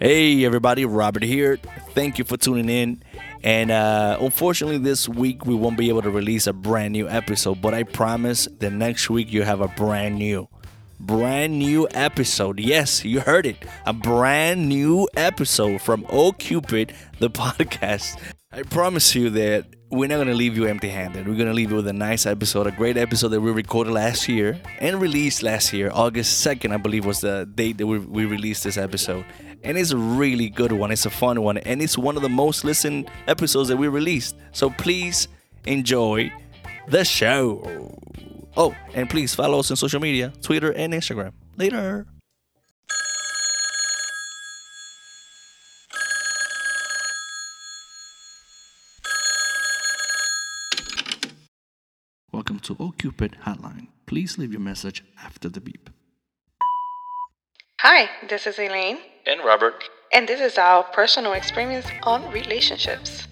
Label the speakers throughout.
Speaker 1: Hey everybody, Robert here. Thank you for tuning in. And uh, unfortunately, this week we won't be able to release a brand new episode, but I promise the next week you have a brand new, brand new episode. Yes, you heard it. A brand new episode from OCupid, the podcast. I promise you that we're not going to leave you empty handed. We're going to leave you with a nice episode, a great episode that we recorded last year and released last year. August 2nd, I believe, was the date that we, we released this episode. And it's a really good one. It's a fun one. And it's one of the most listened episodes that we released. So please enjoy the show. Oh, and please follow us on social media Twitter and Instagram. Later.
Speaker 2: Welcome to OCupid Hotline. Please leave your message after the beep.
Speaker 3: Hi, this is Elaine,
Speaker 4: And Robert.
Speaker 3: and this is our personal experience on relationships.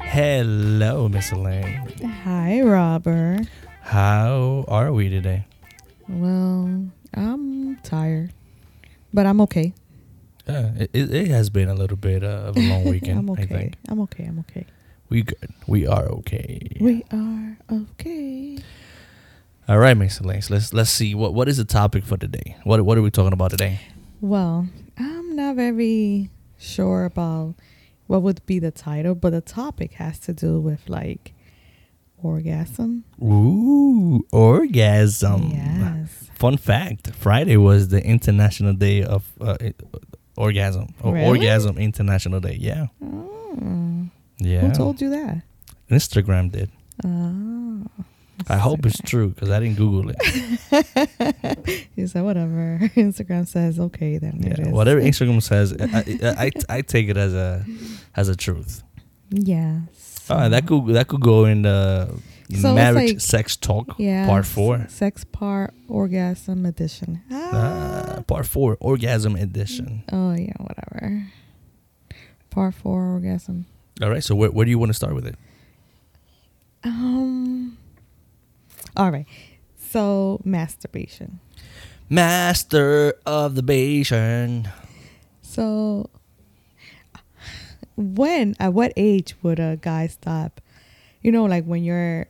Speaker 4: Hello, Miss Elaine.
Speaker 5: Hi, Robert.
Speaker 4: How are we today?
Speaker 5: Well, I'm tired, but I'm okay.
Speaker 4: Uh, it, it it has been a little bit uh, of a long weekend.
Speaker 5: I'm okay.
Speaker 4: I think
Speaker 5: I'm okay. I'm okay.
Speaker 4: we good. We are okay.
Speaker 5: We are okay.
Speaker 4: All right, Miss Elaine. so Let's let's see what what is the topic for today. What what are we talking about today?
Speaker 5: Well, I'm not very sure about what would be the title, but the topic has to do with like orgasm.
Speaker 4: Ooh, orgasm.
Speaker 5: yes.
Speaker 4: Fun fact: Friday was the International Day of uh, i- Orgasm or
Speaker 5: Really?
Speaker 4: Orgasm International Day. Yeah,
Speaker 5: Mm.
Speaker 4: yeah.
Speaker 5: Ah, Who told you that?
Speaker 4: Instagram did.
Speaker 5: Oh.
Speaker 4: I hope it's true because I didn't Google it.
Speaker 5: You said whatever. Instagram says okay, then it
Speaker 4: Yeah,
Speaker 5: is.
Speaker 4: whatever Instagram says, I, I, I, I take it as a as a truth.
Speaker 5: Yes.
Speaker 4: All right, that could that could go in the
Speaker 5: So it's
Speaker 4: marriage
Speaker 5: like-
Speaker 4: sex talk
Speaker 5: Yeah.
Speaker 4: part four.
Speaker 5: Sex part orgasm edition. Ah.
Speaker 4: Uh, part four orgasm edition.
Speaker 5: oh yeah, whatever. Part four orgasm.
Speaker 4: All right, so where, where do you want to start with it?
Speaker 5: Um. All right. So masturbation.
Speaker 4: Master of the Bayesian.
Speaker 5: So when at what age would a guy stop? You know, like when you're,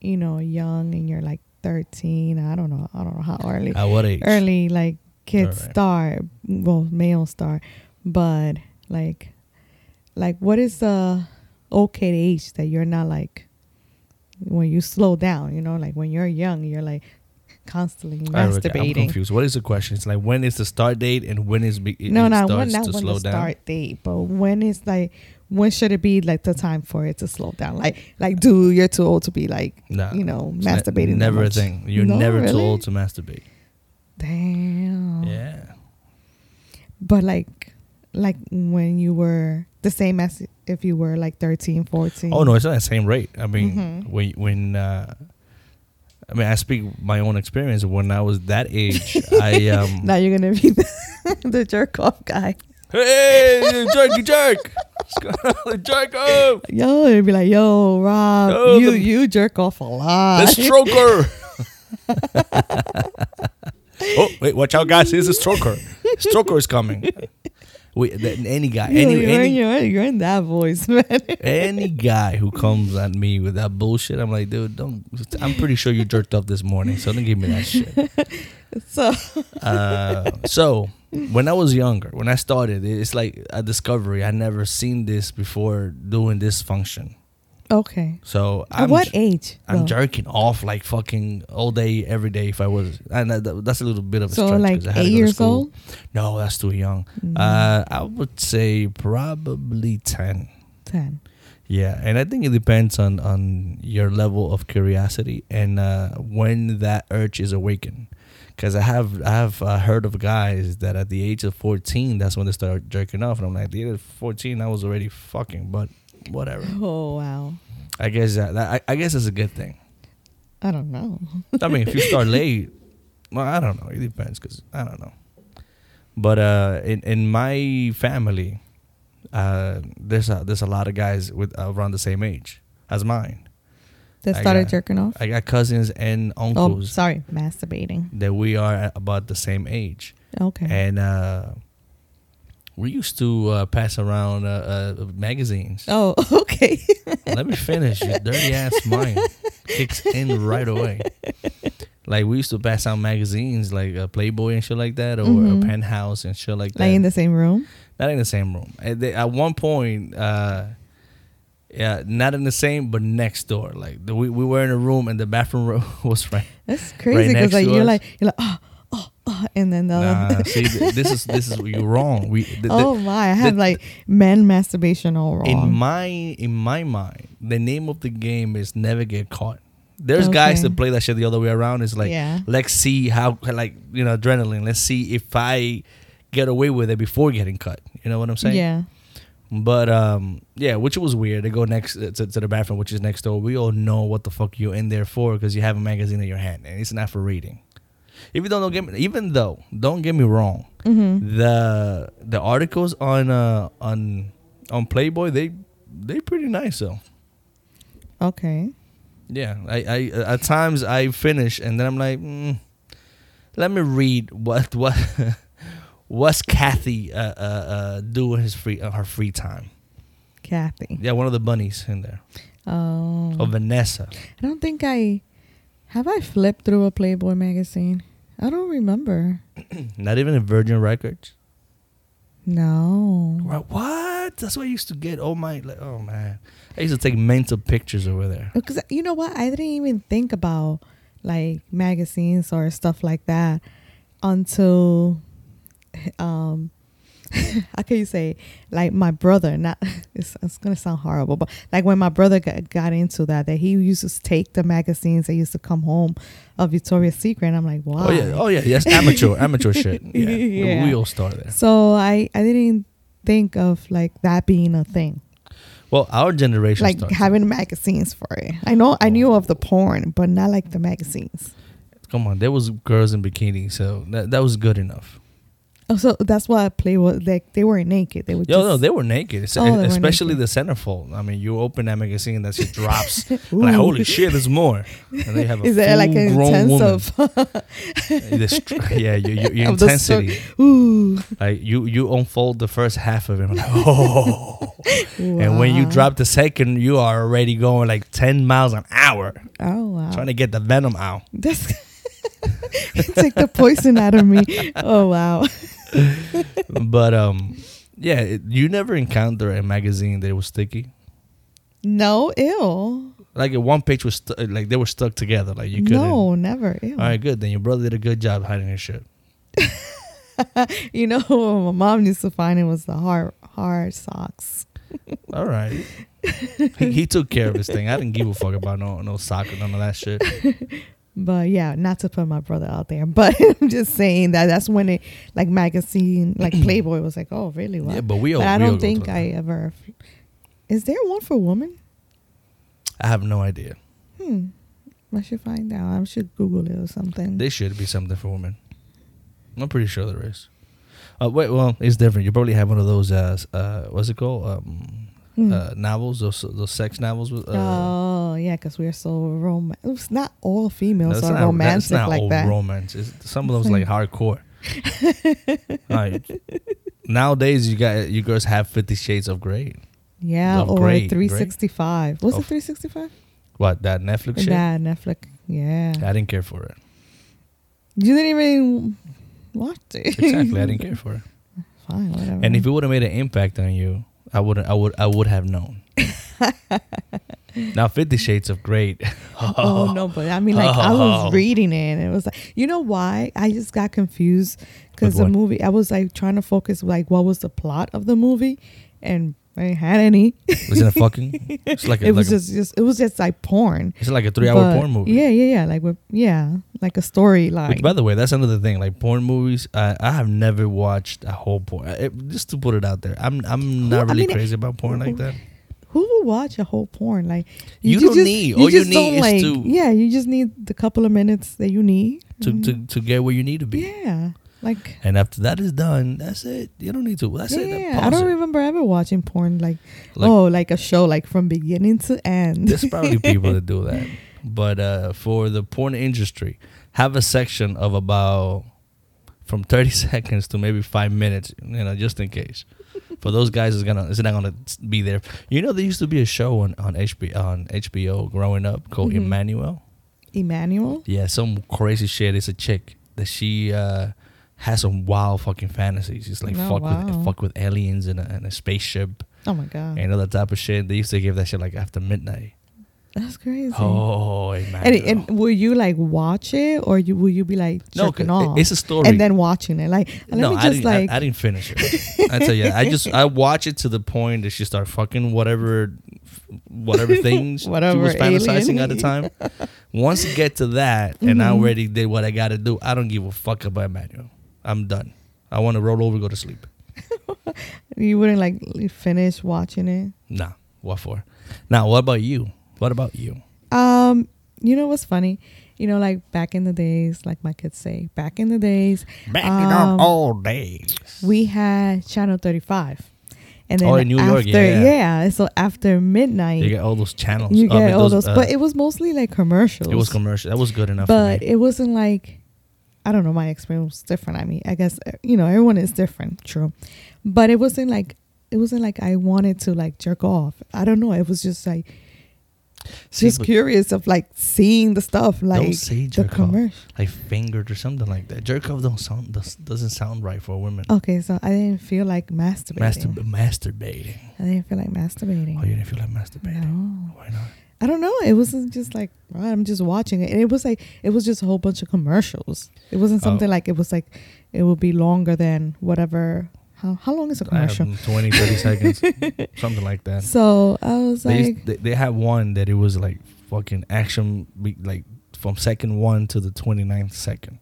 Speaker 5: you know, young and you're like thirteen. I don't know. I don't know how early.
Speaker 4: At what age?
Speaker 5: early like kids
Speaker 4: Alright.
Speaker 5: star well male star but like like what is the okay age that you're not like when you slow down you know like when you're young you're like constantly
Speaker 4: I don't know, I'm
Speaker 5: masturbating
Speaker 4: confused. What is the question? It's like when is the start date and when is be, it,
Speaker 5: no
Speaker 4: it
Speaker 5: not when
Speaker 4: starts
Speaker 5: not
Speaker 4: to
Speaker 5: when
Speaker 4: slow
Speaker 5: the
Speaker 4: down?
Speaker 5: start date but when is like when should it be like the time for it to slow down like like dude you're too old to be like
Speaker 4: Nah,
Speaker 5: you know
Speaker 4: It's ne-
Speaker 5: masturbating that
Speaker 4: Never a
Speaker 5: much.
Speaker 4: thing. You're
Speaker 5: No,
Speaker 4: never too
Speaker 5: really? Oh.
Speaker 4: old to masturbate.
Speaker 5: damn
Speaker 4: Yeah.
Speaker 5: but like like when you were the same as if you were like 13 14
Speaker 4: Oh no, it's not the same rate. I mean,
Speaker 5: Mhm.
Speaker 4: when when uh, I mean, I speak my own experience. When I was that age, I um,
Speaker 5: now you're gonna be the, the jerk off guy
Speaker 4: hey, you jerky jerk, jerk off,
Speaker 5: yo it'd be like yo rob
Speaker 4: Oh,
Speaker 5: you
Speaker 4: the-
Speaker 5: you jerk off a lot
Speaker 4: the stroker. oh wait, watch out, guys! Here's a stroker. Stroker is coming. We, th- any guy,
Speaker 5: you
Speaker 4: any,
Speaker 5: you're, in,
Speaker 4: any,
Speaker 5: you're, in- you're in that voice man
Speaker 4: any guy who comes at me with that bullshit, I'm like, dude, don't. I'm pretty sure you jerked off this morning, so don't give me that shit.
Speaker 5: so
Speaker 4: Uh, so when I was younger, when I started, it's like a discovery. I never seen this before doing this function.
Speaker 5: okay
Speaker 4: So
Speaker 5: at
Speaker 4: I'm
Speaker 5: what
Speaker 4: j-
Speaker 5: age
Speaker 4: I'm
Speaker 5: though?
Speaker 4: jerking off like fucking all day, every day. If I was, and that, that's a little bit of a
Speaker 5: so
Speaker 4: stretch.
Speaker 5: like
Speaker 4: 'cause I had to go
Speaker 5: eight
Speaker 4: to
Speaker 5: years
Speaker 4: school.
Speaker 5: old Mm.
Speaker 4: No, that's too young. Uh, I would say probably ten.
Speaker 5: 10
Speaker 4: Yeah, and I think it depends on on your level of curiosity and uh, when that urge is awakened. Because I have I have uh, heard of guys that at the age of fourteen, that's when they start jerking off, and I'm like, the age of fourteen, I was already fucking, but whatever.
Speaker 5: Oh wow.
Speaker 4: I guess that, that I, I guess it's a good thing.
Speaker 5: I don't know.
Speaker 4: I mean, if you start late, well, I don't know. It depends because I don't know. But uh, in in my family, uh, there's a there's a lot of guys with around the same age as mine.
Speaker 5: That
Speaker 4: I
Speaker 5: started
Speaker 4: got-
Speaker 5: jerking off.
Speaker 4: I got cousins and
Speaker 5: oh,
Speaker 4: uncles
Speaker 5: sorry, masturbating.
Speaker 4: that we are about the same age,
Speaker 5: Okay.
Speaker 4: and uh, we used to uh, pass around uh, uh, magazines.
Speaker 5: oh, okay.
Speaker 4: Let me finish. Your dirty ass mind kicks in right away. Like we used to pass out magazines like uh, Playboy and shit like that, or a Penthouse and shit like that.
Speaker 5: Mm-hmm. like in the same room.
Speaker 4: not in the same room. At, the, at one point, uh, yeah, not in the same, but next door. Like the, we we were in a room, and the bathroom ro- was right.
Speaker 5: That's crazy
Speaker 4: next
Speaker 5: because like
Speaker 4: to
Speaker 5: you're
Speaker 4: us.
Speaker 5: like you're like oh oh oh, and then the other.
Speaker 4: Nah, see, th- this is this is you're wrong. We th- th-
Speaker 5: oh my, I have
Speaker 4: the-
Speaker 5: like men masturbation all wrong.
Speaker 4: in my in my mind, the name of the game is never get caught. There's guys
Speaker 5: Okay.
Speaker 4: that play that shit the other way around. It's like
Speaker 5: Yeah.
Speaker 4: let's see how like you know adrenaline. Let's see if I get away with it before getting cut. You know what I'm saying?
Speaker 5: yeah.
Speaker 4: But um, yeah, which was weird. They go next to, to the bathroom, which is next door. We all know what the fuck you're in there for because you have a magazine in your hand and it's not for reading. If you don't, don't get me, even though don't get me wrong, the the articles on uh on on Playboy they they pretty nice though.
Speaker 5: Okay.
Speaker 4: Yeah, I, I at times I finish and then I'm like, mm, let me read what what what's Kathy uh, uh, uh do in his free uh, her free time.
Speaker 5: Kathy.
Speaker 4: Yeah, one of the bunnies in there.
Speaker 5: Oh.
Speaker 4: Or Vanessa.
Speaker 5: I don't think I have I flipped through a Playboy magazine. I don't remember.
Speaker 4: Not even in Virgin Records.
Speaker 5: No.
Speaker 4: Right. What? That's what I used to get. Oh my like, oh man. I used to take mental pictures over there.
Speaker 5: Because you know what? I didn't even think about like magazines or stuff like that until um how can you say like my brother not it's, it's gonna sound horrible but like when my brother got, got into that that he used to take the magazines that used to come home of victoria's secret and i'm like wow
Speaker 4: Oh yeah. Oh yeah. Yes. Amateur. amateur shit. Yeah.
Speaker 5: Yeah.
Speaker 4: We all start there.
Speaker 5: so i i didn't think of like that being a thing
Speaker 4: Well, our generation
Speaker 5: like
Speaker 4: starts.
Speaker 5: having magazines for it. I know I knew of the porn, but not like the magazines.
Speaker 4: Come on, there was girls in bikinis, so that, that was good enough.
Speaker 5: Oh, so that's why Playboy like they weren't naked. They would
Speaker 4: Yo,
Speaker 5: just,
Speaker 4: no, they were naked, es-
Speaker 5: Oh, they were
Speaker 4: especially the centerfold. I mean, you open that magazine, that shit drops. like, holy shit, there's more. And they have a
Speaker 5: is there like an
Speaker 4: full-grown
Speaker 5: intense
Speaker 4: woman.
Speaker 5: of,
Speaker 4: The str- yeah, your, your, your
Speaker 5: of the sto-
Speaker 4: intensity.
Speaker 5: Ooh,
Speaker 4: Like you, you unfold the first half of it, I'm like, oh, and when you
Speaker 5: wow.
Speaker 4: drop the second, you are already going like ten miles an hour,
Speaker 5: oh wow,
Speaker 4: trying to get the venom out.
Speaker 5: that's take the poison out of me. Oh wow,
Speaker 4: but um, yeah, it, you never encounter a magazine that was sticky.
Speaker 5: no, ill,
Speaker 4: Like one page was stu- like they were stuck together. Like you couldn't.
Speaker 5: no, never ill.
Speaker 4: All right, good. Then your brother did a good job hiding his shit.
Speaker 5: You know, what my mom used to find it was the hard hard socks.
Speaker 4: All right. he, he took care of his thing. I didn't give a fuck about no no soccer, none of that shit.
Speaker 5: But yeah, not to put my brother out there, but I'm just saying that that's when it like magazine like Playboy was like, oh really? What?
Speaker 4: Yeah, but we all-
Speaker 5: I
Speaker 4: we all
Speaker 5: don't
Speaker 4: go
Speaker 5: think
Speaker 4: through
Speaker 5: I ever. Is there one for women?
Speaker 4: I have no idea.
Speaker 5: I should find out. I should Google it or something.
Speaker 4: There should be something for women. I'm pretty sure there is. Uh, wait, well, it's different. You probably have one of those uh, s- uh what's it called? Um, uh, novels, those those sex novels. With, uh,
Speaker 5: Hmm. oh yeah, because we're so romantic. It's not all females
Speaker 4: that's
Speaker 5: are
Speaker 4: not- that's
Speaker 5: romantic
Speaker 4: not
Speaker 5: like
Speaker 4: all
Speaker 5: that. Hmm.
Speaker 4: romance. It's, some of those like hardcore. Like, nowadays, you got you girls have Fifty Shades of Grey.
Speaker 5: yeah,
Speaker 4: Love
Speaker 5: or
Speaker 4: Grey, Grey.
Speaker 5: 365. Was
Speaker 4: Of-
Speaker 5: it 365?
Speaker 4: What that Netflix shit?
Speaker 5: Yeah, Netflix. Yeah.
Speaker 4: I didn't care for it.
Speaker 5: you didn't even watch it.
Speaker 4: Exactly, I didn't care for it.
Speaker 5: Fine, whatever.
Speaker 4: And if it would have made an impact on you, I would I would I would have known. now Fifty Shades of Grey.
Speaker 5: Oh, no, but I mean, like I
Speaker 4: Oh.
Speaker 5: was reading it, and it was like, you know why? I just got confused because
Speaker 4: With
Speaker 5: the
Speaker 4: what?
Speaker 5: movie. I was like trying to focus like what was the plot of the movie, and I ain't had any.
Speaker 4: Isn't it fucking? It's like a,
Speaker 5: it was
Speaker 4: like a-
Speaker 5: just, just it was just like porn.
Speaker 4: it's like a three-hour
Speaker 5: But-
Speaker 4: porn movie.
Speaker 5: Yeah, yeah, yeah. Like with yeah, like a
Speaker 4: Which,
Speaker 5: storyline.
Speaker 4: by the way, that's another thing. Like porn movies, I, I have never watched a whole porn. I- it- just to put it out there, I'm I'm not
Speaker 5: I
Speaker 4: really
Speaker 5: mean,
Speaker 4: crazy about porn like
Speaker 5: who-
Speaker 4: that.
Speaker 5: Who will watch a whole porn? Like
Speaker 1: You don't need- all you need
Speaker 5: don't,
Speaker 1: is
Speaker 5: like,
Speaker 1: to-
Speaker 5: Yeah, you just need the couple of minutes that you need.
Speaker 4: To, to to get where you need to be.
Speaker 5: Mm-hmm. Yeah, like
Speaker 4: And after that is done, that's it. You don't need to. That's it.
Speaker 5: yeah. I
Speaker 4: Pause
Speaker 5: don't
Speaker 4: it.
Speaker 5: remember ever watching porn like,
Speaker 4: Like-
Speaker 5: oh like a show like from beginning to end.
Speaker 4: There's probably people that do that. But uh, for the porn industry, have a section of about from 30 seconds to maybe five minutes, you know, just in case. For those guys, is gonna it's not gonna be there. You know, there used to be a show on on HBO on HBO growing up called
Speaker 5: Mm-hmm.
Speaker 4: Emmanuel.
Speaker 5: Emmanuel.
Speaker 4: Yeah, some crazy shit. It's a chick that she uh, has some wild fucking fantasies. It's like
Speaker 5: Oh,
Speaker 4: fuck
Speaker 5: wow.
Speaker 4: with fuck with aliens and a, and a spaceship
Speaker 5: Oh my god,
Speaker 4: and all that type of shit. They used to give that shit like after midnight.
Speaker 5: that's crazy.
Speaker 4: Oh, Emmanuel.
Speaker 5: And, and will you like watch it or you will you be like
Speaker 4: No,
Speaker 5: jerking
Speaker 4: 'cause it-
Speaker 5: off
Speaker 4: it's a story.
Speaker 5: and then watching it like let
Speaker 4: no,
Speaker 5: me
Speaker 4: I
Speaker 5: just
Speaker 4: didn't. I-
Speaker 5: like
Speaker 4: I, didn't finish it. I tell you, I just I watch it to the point that she start fucking whatever, whatever things she
Speaker 5: Whatever
Speaker 4: was fantasizing
Speaker 5: alien. Mm-hmm.
Speaker 4: at the time. Once you get to that, and I already did what I got to do, I don't give a fuck about Emmanuel. I'm done. I want to roll over, go to sleep.
Speaker 5: you wouldn't like l- finish watching it.
Speaker 4: Nah, what for? Now, what about you? What about you?
Speaker 5: Um, you know what's funny? You know, like back in the days, like my kids say, back in the days,
Speaker 4: Back
Speaker 5: um,
Speaker 4: in our old days.
Speaker 5: we had Channel Thirty Five, and then
Speaker 4: Oh, in New
Speaker 5: after,
Speaker 4: York, yeah.
Speaker 5: so after midnight,
Speaker 4: You get all those channels.
Speaker 5: you
Speaker 4: I mean,
Speaker 5: get all those,
Speaker 4: uh,
Speaker 5: but it was mostly like commercials.
Speaker 4: it was commercial. That was good enough.
Speaker 5: but
Speaker 4: for me.
Speaker 5: it wasn't like I don't know. My experience was different. I mean, I guess uh, you know everyone is different. True, but it wasn't like it wasn't like I wanted to like jerk off. I don't know. It was just like
Speaker 4: See,
Speaker 5: just
Speaker 4: but
Speaker 5: curious of like seeing the stuff like
Speaker 4: don't say
Speaker 5: the
Speaker 4: jerk
Speaker 5: commercial.
Speaker 4: off, like fingered or something like that. Jerk off don't sound does, doesn't sound right for women.
Speaker 5: Okay, so I didn't feel like masturbating.
Speaker 4: Masturb- masturbating.
Speaker 5: I didn't feel like masturbating.
Speaker 4: Oh, you didn't feel like masturbating.
Speaker 5: No.
Speaker 4: Why not?
Speaker 5: I don't know. It wasn't just like "Oh, I'm just watching it, and it was like it was just a whole bunch of commercials. It wasn't
Speaker 4: Oh.
Speaker 5: something like it was like it would be longer than whatever. How how long is a commercial?
Speaker 4: Um, 20, 30 seconds, something like that.
Speaker 5: So I was
Speaker 4: they,
Speaker 5: like,
Speaker 4: used, they they had one that it was like fucking action, be- like from second one to the 29th second.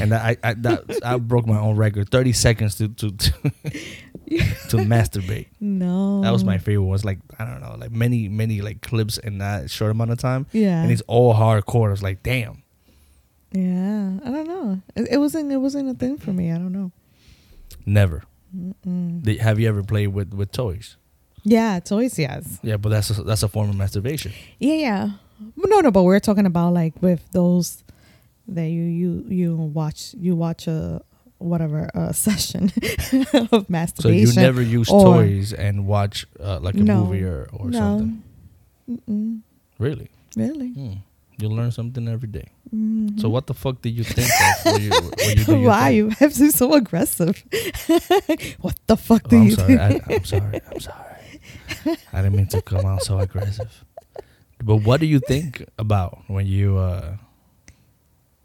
Speaker 4: And that, I I, that, I broke my own record. Thirty seconds to to to, to masturbate.
Speaker 5: no.
Speaker 4: That was my favorite. one. It's like I don't know, like many many like clips in that short amount of time.
Speaker 5: Yeah.
Speaker 4: and it's all hardcore. It's like damn.
Speaker 5: Yeah, I don't know. It, it wasn't. It wasn't a thing for me. I don't know.
Speaker 4: Never. Did- Have you ever played with with toys?
Speaker 5: Yeah, toys. Yes.
Speaker 4: Yeah, but that's a, that's a form of masturbation.
Speaker 5: Yeah, yeah. But No, no. But we're talking about like with those that you you you watch you watch a whatever a session of masturbation.
Speaker 4: So you never use
Speaker 5: or-
Speaker 4: toys and watch uh, like a
Speaker 5: No.
Speaker 4: movie or, or
Speaker 5: No.
Speaker 4: something.
Speaker 5: Mm-mm.
Speaker 4: Really?
Speaker 5: Really?
Speaker 4: Hmm. You learn something every day. So what the fuck did you think of when you, when you do your
Speaker 5: Mm-hmm. Why
Speaker 4: thing?
Speaker 5: you have to be so aggressive? what the fuck
Speaker 4: Oh,
Speaker 5: do
Speaker 4: I'm
Speaker 5: you
Speaker 4: sorry.
Speaker 5: do?
Speaker 4: I, I'm sorry. I'm sorry. I didn't mean to come out so aggressive. But what do you think about when you? Uh,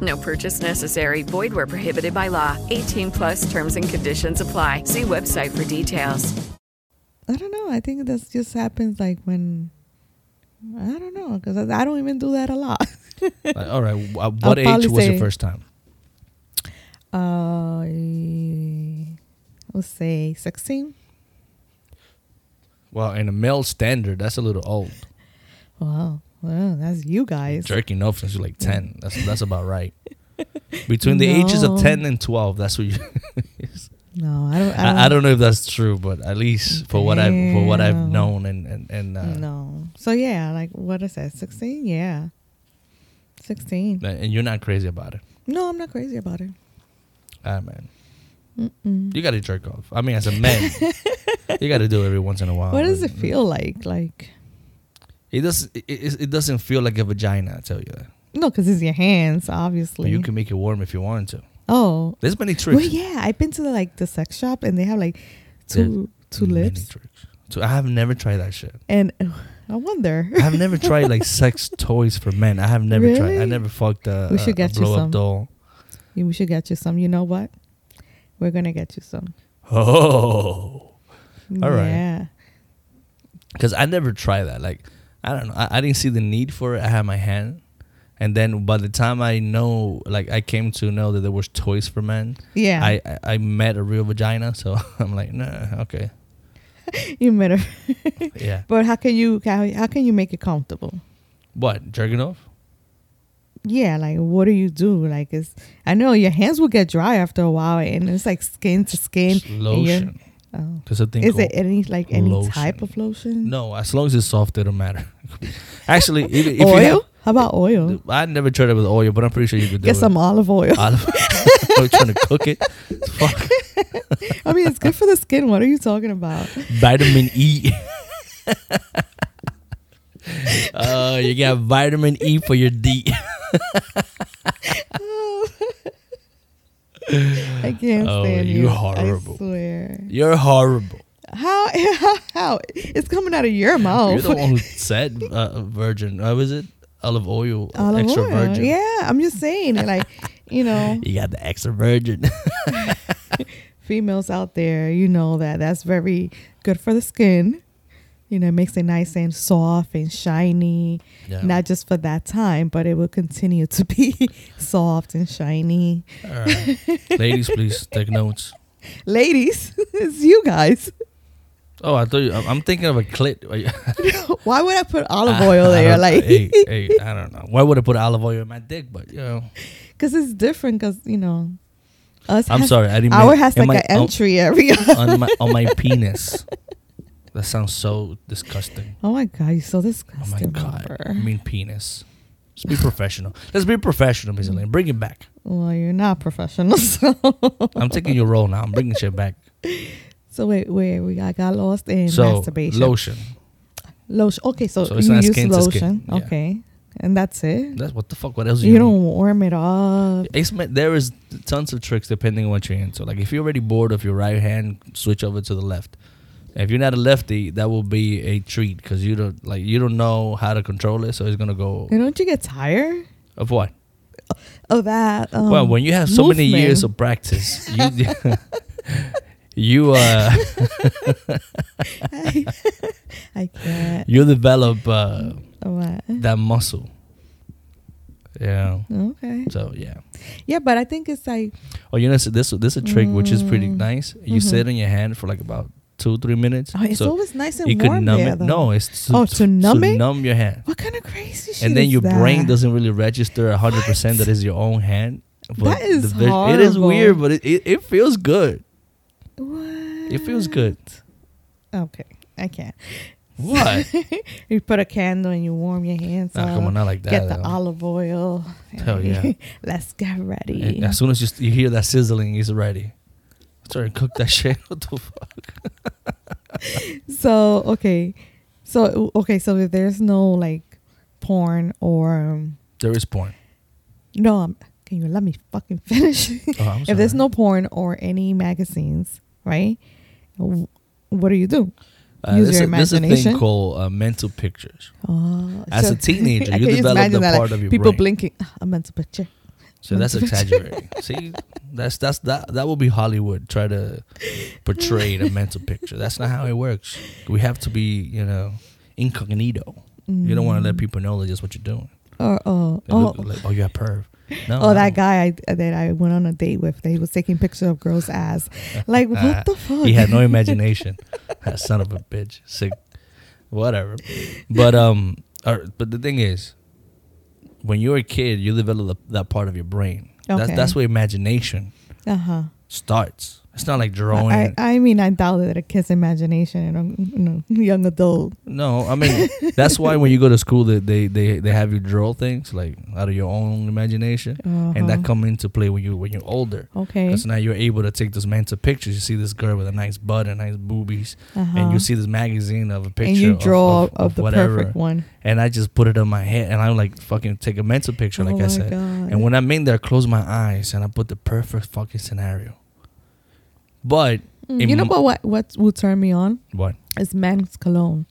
Speaker 6: No purchase necessary. Void where prohibited by law. 18 plus terms and conditions apply. See website for details.
Speaker 5: I don't know. I think that just happens like when I don't know because I, I don't even do that a lot.
Speaker 4: like, all right. w- At what age
Speaker 5: probably
Speaker 4: was your
Speaker 5: say-
Speaker 4: first time?
Speaker 5: Uh, let's say sixteen.
Speaker 4: Well, in a male standard, that's a little old.
Speaker 5: Wow. Well, that's you guys.
Speaker 4: jerking off since you're like 10. That's that's about right. Between the ages of
Speaker 5: No.
Speaker 4: 10 and 12, that's what you.
Speaker 5: No, I don't.
Speaker 4: I, I don't know if that's true, but at least for what I have for what I've known and and, and uh,
Speaker 5: no. So yeah, like what is that? Sixteen? Yeah, sixteen.
Speaker 4: and you're not crazy about it.
Speaker 5: No, I'm not crazy about it.
Speaker 4: Ah man,
Speaker 5: Mm-mm.
Speaker 4: you got to jerk off. I mean, as a man, you got to do it every once in a while.
Speaker 5: what does
Speaker 4: but
Speaker 5: it feel like? Like
Speaker 4: It does. It, it, it doesn't feel like a vagina. I tell you that.
Speaker 5: no, because it's your hands,
Speaker 4: But
Speaker 5: obviously.
Speaker 4: you can make it warm if you wanted to.
Speaker 5: oh,
Speaker 4: There's many tricks.
Speaker 5: well, yeah. I've been to the, like the sex shop, and they have like
Speaker 4: There's
Speaker 5: two two
Speaker 4: many
Speaker 5: lips,
Speaker 4: tricks. So I have never tried that shit.
Speaker 5: and I wonder.
Speaker 4: I've never tried like sex toys for men. I have never tried. I
Speaker 5: Really?
Speaker 4: never fucked a,
Speaker 5: We should
Speaker 4: a- a
Speaker 5: get you
Speaker 4: blow up
Speaker 5: some.
Speaker 4: doll.
Speaker 5: Yeah, we should get you some. You know what? We're gonna get you some.
Speaker 4: Oh, All right.
Speaker 5: Yeah.
Speaker 4: because I never tried that. Like I don't know. I, I didn't see the need for it. I had my hand, and then by the time I know, like I came to know that there was toys for men.
Speaker 5: Yeah.
Speaker 4: I I, I met a real vagina, so I'm like, nah, okay.
Speaker 5: You met her.
Speaker 4: Yeah.
Speaker 5: But how can you how, how can you make it comfortable?
Speaker 4: What jerking off?
Speaker 5: Yeah, like what do you do? Like it's I know your hands will get dry after a while and it's like skin to skin.
Speaker 4: Just
Speaker 5: and you're-
Speaker 4: Lotion.
Speaker 5: Oh.
Speaker 4: There's a thing
Speaker 5: Is it
Speaker 4: called
Speaker 5: any like any
Speaker 4: lotion.
Speaker 5: type of lotion?
Speaker 4: No, as long as it's soft, it don't matter. Actually, if, if
Speaker 5: oil?
Speaker 4: you have,
Speaker 5: how about oil?
Speaker 4: I never tried it with oil, but I'm pretty sure you could do
Speaker 5: Get
Speaker 4: it.
Speaker 5: some olive oil.
Speaker 4: olive. I'm trying to cook it. Fuck.
Speaker 5: I mean, it's good for the skin. What are you talking about?
Speaker 4: Vitamin E. uh, you got vitamin E for your D.
Speaker 5: I can't
Speaker 4: Oh,
Speaker 5: stand
Speaker 4: you
Speaker 5: you.
Speaker 4: horrible.
Speaker 5: I swear.
Speaker 4: You're horrible.
Speaker 5: How, how how it's coming out of your
Speaker 4: You're
Speaker 5: mouth.
Speaker 4: the one who said uh, virgin. What was it? Olive oil, uh,
Speaker 5: Olive
Speaker 4: extra
Speaker 5: oil.
Speaker 4: virgin.
Speaker 5: Yeah, I'm just saying it like, you know,
Speaker 4: You got the extra virgin.
Speaker 5: females out there, you know that that's very good for the skin. You know, it makes it nice and soft and shiny.
Speaker 4: Yeah.
Speaker 5: Not just for that time, but it will continue to be soft and shiny.
Speaker 4: All right. Ladies, please take notes.
Speaker 5: Ladies, it's you guys.
Speaker 4: Oh, I thought you, I'm I'm thinking of a clit. Are you-
Speaker 5: Why would I put olive
Speaker 4: I-
Speaker 5: oil
Speaker 4: I
Speaker 5: there?
Speaker 4: don't-
Speaker 5: Like,
Speaker 4: hey, hey, I don't know. Why would I put olive oil in my dick? But you know,
Speaker 5: because it's different. Because you know, us.
Speaker 4: I'm
Speaker 5: has-
Speaker 4: sorry, I didn't
Speaker 5: Our
Speaker 4: mean-
Speaker 5: has
Speaker 4: am
Speaker 5: like an
Speaker 4: I- oh.
Speaker 5: entry area.
Speaker 4: on my on my penis. That sounds so disgusting.
Speaker 5: Oh my god, you're so
Speaker 4: Oh my
Speaker 5: disgusting.
Speaker 4: god! I
Speaker 5: Robert.
Speaker 4: mean penis. Let's be professional. Let's be professional, Miss Elaine. Bring it back.
Speaker 5: Well, you're not professional, so.
Speaker 4: I'm taking your role now. I'm bringing shit back.
Speaker 5: So wait, wait, we I got lost in
Speaker 4: So
Speaker 5: masturbation.
Speaker 4: lotion.
Speaker 5: Lotion. Okay, so,
Speaker 4: So it's
Speaker 5: you
Speaker 4: not
Speaker 5: use
Speaker 4: skin to
Speaker 5: lotion.
Speaker 4: skin, yeah.
Speaker 5: Okay, and that's it.
Speaker 4: That's what the fuck. What else?
Speaker 5: you
Speaker 4: need?
Speaker 5: don't warm it up.
Speaker 4: It's, ma- there is tons of tricks depending on what you're into. Like if you're already bored of your right hand, switch over to the left. If you're not a lefty, that will be a treat because you don't like you don't know how to control it, so it's gonna go
Speaker 5: And don't you get tired
Speaker 4: of what.
Speaker 5: of that? Um,
Speaker 4: well, when you have so many
Speaker 5: movement?
Speaker 4: years of practice, you you uh
Speaker 5: I can't.
Speaker 4: you develop uh,
Speaker 5: What?
Speaker 4: that muscle. Yeah.
Speaker 5: Okay.
Speaker 4: So yeah.
Speaker 5: Yeah, but I think it's like
Speaker 4: Oh, you know, so this this is a trick which is
Speaker 5: Mm.
Speaker 4: pretty nice. You sit on your hand for like about two three minutes.
Speaker 5: Mm-hmm. oh, it's
Speaker 4: so
Speaker 5: always nice and
Speaker 4: you
Speaker 5: warm
Speaker 4: could numb
Speaker 5: there,
Speaker 4: it.
Speaker 5: though.
Speaker 4: No, it's
Speaker 5: Oh, to numb it?
Speaker 4: numb your hand,
Speaker 5: What kind of crazy shit?
Speaker 4: and then
Speaker 5: is
Speaker 4: your brain
Speaker 5: that?
Speaker 4: doesn't really register hundred percent that is your own hand.
Speaker 5: That is
Speaker 4: It is weird,
Speaker 5: horrible.
Speaker 4: but it, it, it feels good.
Speaker 5: What?
Speaker 4: It feels good.
Speaker 5: Okay, I can't.
Speaker 4: What?
Speaker 5: You put a candle and you warm your hands
Speaker 4: Nah,
Speaker 5: up.
Speaker 4: come on, not like
Speaker 5: Get
Speaker 4: that,
Speaker 5: the
Speaker 4: though.
Speaker 5: olive oil.
Speaker 4: Hell yeah.
Speaker 5: Let's get ready.
Speaker 4: And as soon as you, s- you hear that sizzling, it's ready. Sorry, cook that shit. What the fuck?
Speaker 5: So okay, so okay, so if there's no like porn or um,
Speaker 4: There is porn.
Speaker 5: no. um, Can you let me fucking finish?
Speaker 4: Oh, I'm
Speaker 5: if there's
Speaker 4: sorry.
Speaker 5: no porn or any magazines, right? w- What do you do?
Speaker 4: Uh,
Speaker 5: Use
Speaker 4: this
Speaker 5: your
Speaker 4: is- this is a thing
Speaker 5: imagination.
Speaker 4: called uh, mental pictures.
Speaker 5: Oh,
Speaker 4: As a teenager, you
Speaker 5: can just
Speaker 4: develop
Speaker 5: imagine
Speaker 4: the
Speaker 5: like,
Speaker 4: part of your
Speaker 5: people
Speaker 4: brain.
Speaker 5: blinking. "Ah, I meant to picture.
Speaker 4: So that's exaggerating. See, that's that's that that will be Hollywood try to portray the mental picture. That's not how it works. We have to be, you know, incognito. You don't want to let people know that just what you're doing.
Speaker 5: Or Mm. oh
Speaker 4: They
Speaker 5: oh
Speaker 4: look like, oh, you're a perv. No,
Speaker 5: Oh,
Speaker 4: I
Speaker 5: that
Speaker 4: don't.
Speaker 5: guy I, that I went on a date with, they was taking pictures of girls' ass. Like, what the fuck?
Speaker 4: Uh, He had no imagination. that son of a bitch. Sick. Whatever. But um, Or, but the thing is, when you're a kid, you develop the, that part of your brain.
Speaker 5: Okay.
Speaker 4: That's that's where imagination
Speaker 5: Uh-huh.
Speaker 4: starts. It's not like drawing.
Speaker 5: I, I mean, I doubt that a kid's imagination and a you know, young adult.
Speaker 4: no, I mean that's why when you go to school, they they they, they have you draw things like out of your own imagination, and
Speaker 5: Uh-huh.
Speaker 4: that come into play when you when you're older.
Speaker 5: Okay.
Speaker 4: because now you're able to take those mental pictures. You see this girl with a nice butt and nice boobies, and
Speaker 5: Uh-huh.
Speaker 4: you see this magazine of a picture.
Speaker 5: And you
Speaker 4: of-
Speaker 5: draw
Speaker 4: of,
Speaker 5: of the perfect one.
Speaker 4: and I just put it on my head, and I like fucking take a mental picture, like
Speaker 5: Oh my
Speaker 4: I said.
Speaker 5: God.
Speaker 4: And when I'm in there, I close my eyes and I put the perfect fucking scenario. But
Speaker 5: Mm, You know
Speaker 4: im-
Speaker 5: what, what? What will turn me on?
Speaker 4: What?
Speaker 5: Is men's cologne.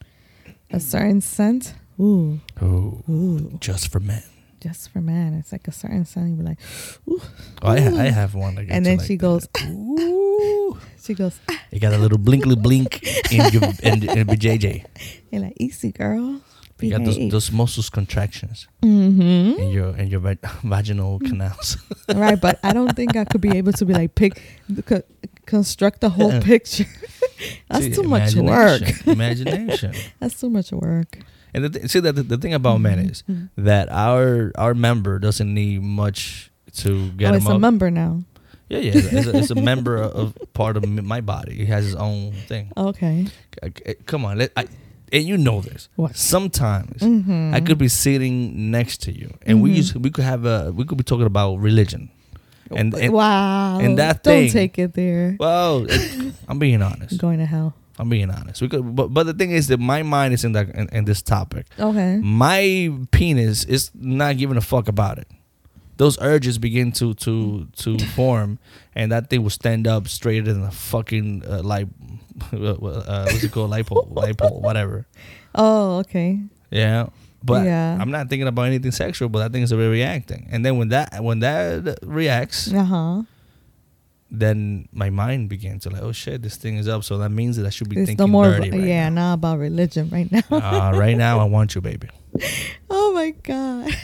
Speaker 5: A certain scent. Ooh.
Speaker 4: Ooh,
Speaker 5: Ooh.
Speaker 4: just for men.
Speaker 5: Just for man. It's like a certain scent. You be like, ooh.
Speaker 4: Oh, I, ha- I
Speaker 5: ooh.
Speaker 4: have one. That gets
Speaker 5: And
Speaker 4: you
Speaker 5: then
Speaker 4: like
Speaker 5: she
Speaker 4: that.
Speaker 5: goes, she goes,
Speaker 4: It got a little blinkly blink in your in, in BJJ.
Speaker 5: you're like, easy girl.
Speaker 4: You got those,
Speaker 5: behave."
Speaker 4: those muscles contractions
Speaker 5: Mhm.
Speaker 4: in your in your vag- vaginal canals.
Speaker 5: right, but I don't think I could be able to be like pick co- construct the whole
Speaker 4: Yeah.
Speaker 5: picture. That's
Speaker 4: See,
Speaker 5: too much work.
Speaker 4: imagination.
Speaker 5: That's too much work.
Speaker 4: And the th- see that the, the thing about men is
Speaker 5: Mhm.
Speaker 4: that our our member doesn't need much to get
Speaker 5: oh,
Speaker 4: him
Speaker 5: it's
Speaker 4: up.
Speaker 5: a member now.
Speaker 4: Yeah, yeah, it's a, it's a member of part of m- my body. It has its own thing.
Speaker 5: Okay.
Speaker 4: C- c- Come on, let, I, and you know this.
Speaker 5: What?
Speaker 4: Sometimes
Speaker 5: Mhm.
Speaker 4: I could be sitting next to you, and we
Speaker 5: Mhm.
Speaker 4: used, we could have a we could be talking about religion, and, and
Speaker 5: wow.
Speaker 4: and that
Speaker 5: don't
Speaker 4: thing.
Speaker 5: take it there.
Speaker 4: Well, it- I'm being honest.
Speaker 5: Going to hell.
Speaker 4: I'm being honest. We could, but, but the thing is that my mind is in that in, in this topic.
Speaker 5: Okay.
Speaker 4: My penis is not giving a fuck about it. Those urges begin to to to form, and that thing will stand up straighter than a fucking uh, light. Uh, what's it called? Light pole, light pole, whatever.
Speaker 5: Oh, okay.
Speaker 4: Yeah. But
Speaker 5: Yeah.
Speaker 4: I'm not thinking about anything sexual, but that thing is already reacting. And then when that when that reacts,
Speaker 5: Uh huh.
Speaker 4: then my mind begins to like, oh shit, this thing is up. So that means that I should be
Speaker 5: It's
Speaker 4: thinking
Speaker 5: no more.
Speaker 4: dirty. Right
Speaker 5: yeah, not about religion right now.
Speaker 4: uh, right now I want you, baby.
Speaker 5: oh my god.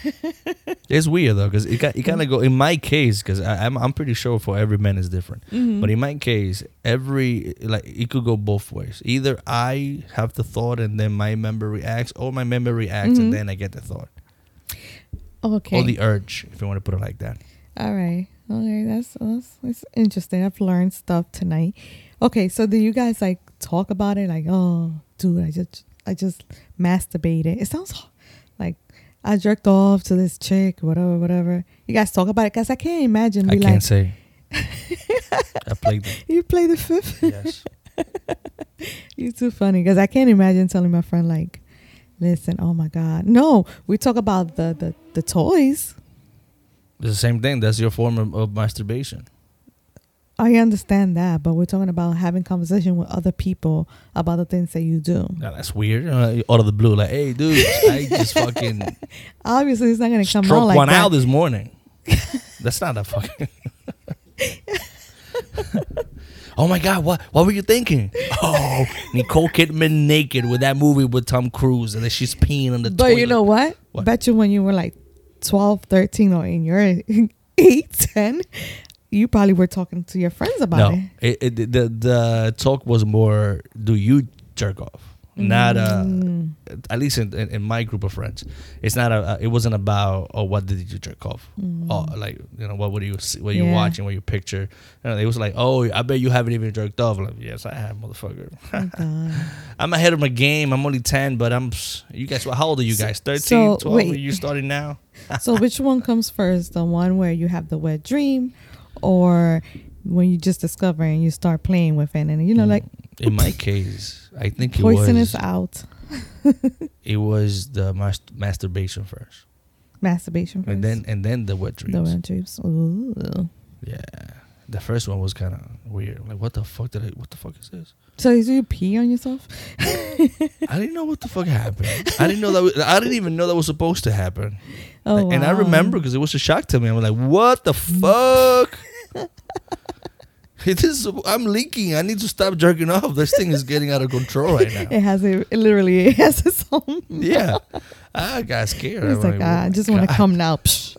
Speaker 4: It's weird though, because it ki- it kind of go in my case, because I'm I'm pretty sure for every man is different.
Speaker 5: Mhm.
Speaker 4: But in my case, every like it could go both ways. Either I have the thought and then my member reacts, or my member reacts
Speaker 5: Mhm.
Speaker 4: and then I get the thought
Speaker 5: Okay.
Speaker 4: or the urge, if you want to put it like that.
Speaker 5: All right. Okay, that's, that's that's interesting. I've learned stuff tonight. Okay, so do you guys like talk about it? Like, oh, dude, I just I just masturbated. It sounds h- like I jerked off to this chick, whatever, whatever. You guys talk about it because I can't imagine.
Speaker 4: I
Speaker 5: be
Speaker 4: can't
Speaker 5: like,
Speaker 4: say. I played the
Speaker 5: You play the fifth.
Speaker 4: yes.
Speaker 5: You're too funny because I can't imagine telling my friend like, listen, oh my god, no. We talk about the the the toys.
Speaker 4: It's the same thing. That's your form of, of masturbation.
Speaker 5: I understand that, but we're talking about having conversation with other people about the things that you do.
Speaker 4: Now, that's weird. Uh, out of the blue, like, hey, dude, I just fucking
Speaker 5: Obviously, it's not gonna come
Speaker 4: Stroke
Speaker 5: out like
Speaker 4: one
Speaker 5: that.
Speaker 4: out this morning. That's not a fucking. oh my god! What what were you thinking? Oh, Nicole Kidman naked with that movie with Tom Cruise, and then she's peeing on the.
Speaker 5: but
Speaker 4: toilet.
Speaker 5: you know what?
Speaker 4: What?
Speaker 5: Bet you when you were like 12, 13, or in your 8, 10, you probably were talking to your friends about
Speaker 4: No,
Speaker 5: it.
Speaker 4: it, it, the the talk was more. Do you jerk off? Not uh,
Speaker 5: Mm.
Speaker 4: at least in, in, in my group of friends, it's not a. Uh, it wasn't about oh, what did you jerk off? Oh, like you know, what were you see- what you
Speaker 5: Mm. Yeah.
Speaker 4: watching? What you picture? You know, it was like, oh, I bet you haven't even jerked off. Like, yes, I have, motherfucker.
Speaker 5: Oh, God.
Speaker 4: I'm ahead of my game. I'm only ten, but I'm. pss, You guys, how old are you guys? 13,
Speaker 5: so,
Speaker 4: 12?
Speaker 5: wait.
Speaker 4: Are you starting now?
Speaker 5: so, which one comes first? The one where you have the wet dream, or when you just discover and you start playing with it, and you know, like
Speaker 4: Mm. In my case, I think it
Speaker 5: poisonous
Speaker 4: was
Speaker 5: out
Speaker 4: it was the mas- masturbation first,
Speaker 5: masturbation. First.
Speaker 4: and then and then the wet dreams.
Speaker 5: the wet dreams. Ooh.
Speaker 4: Yeah, the first one was kind of weird. Like, what the fuck did I? What the fuck is this?
Speaker 5: So, did you pee on yourself?
Speaker 4: I didn't know what the fuck happened. I didn't know that. Was, I didn't even know that was supposed to happen.
Speaker 5: Oh,
Speaker 4: Like, And I
Speaker 5: wow.
Speaker 4: remember because it was a shock to me. I was like, "What the fuck? this is, I'm leaking. I need to stop jerking off. This thing is getting out of control right now."
Speaker 5: It has a it literally it has its own.
Speaker 4: yeah, I got scared.
Speaker 5: It's
Speaker 4: I'm
Speaker 5: like,
Speaker 4: "Oh
Speaker 5: ah, I
Speaker 4: my
Speaker 5: just want to
Speaker 4: God."
Speaker 5: come now. Psh.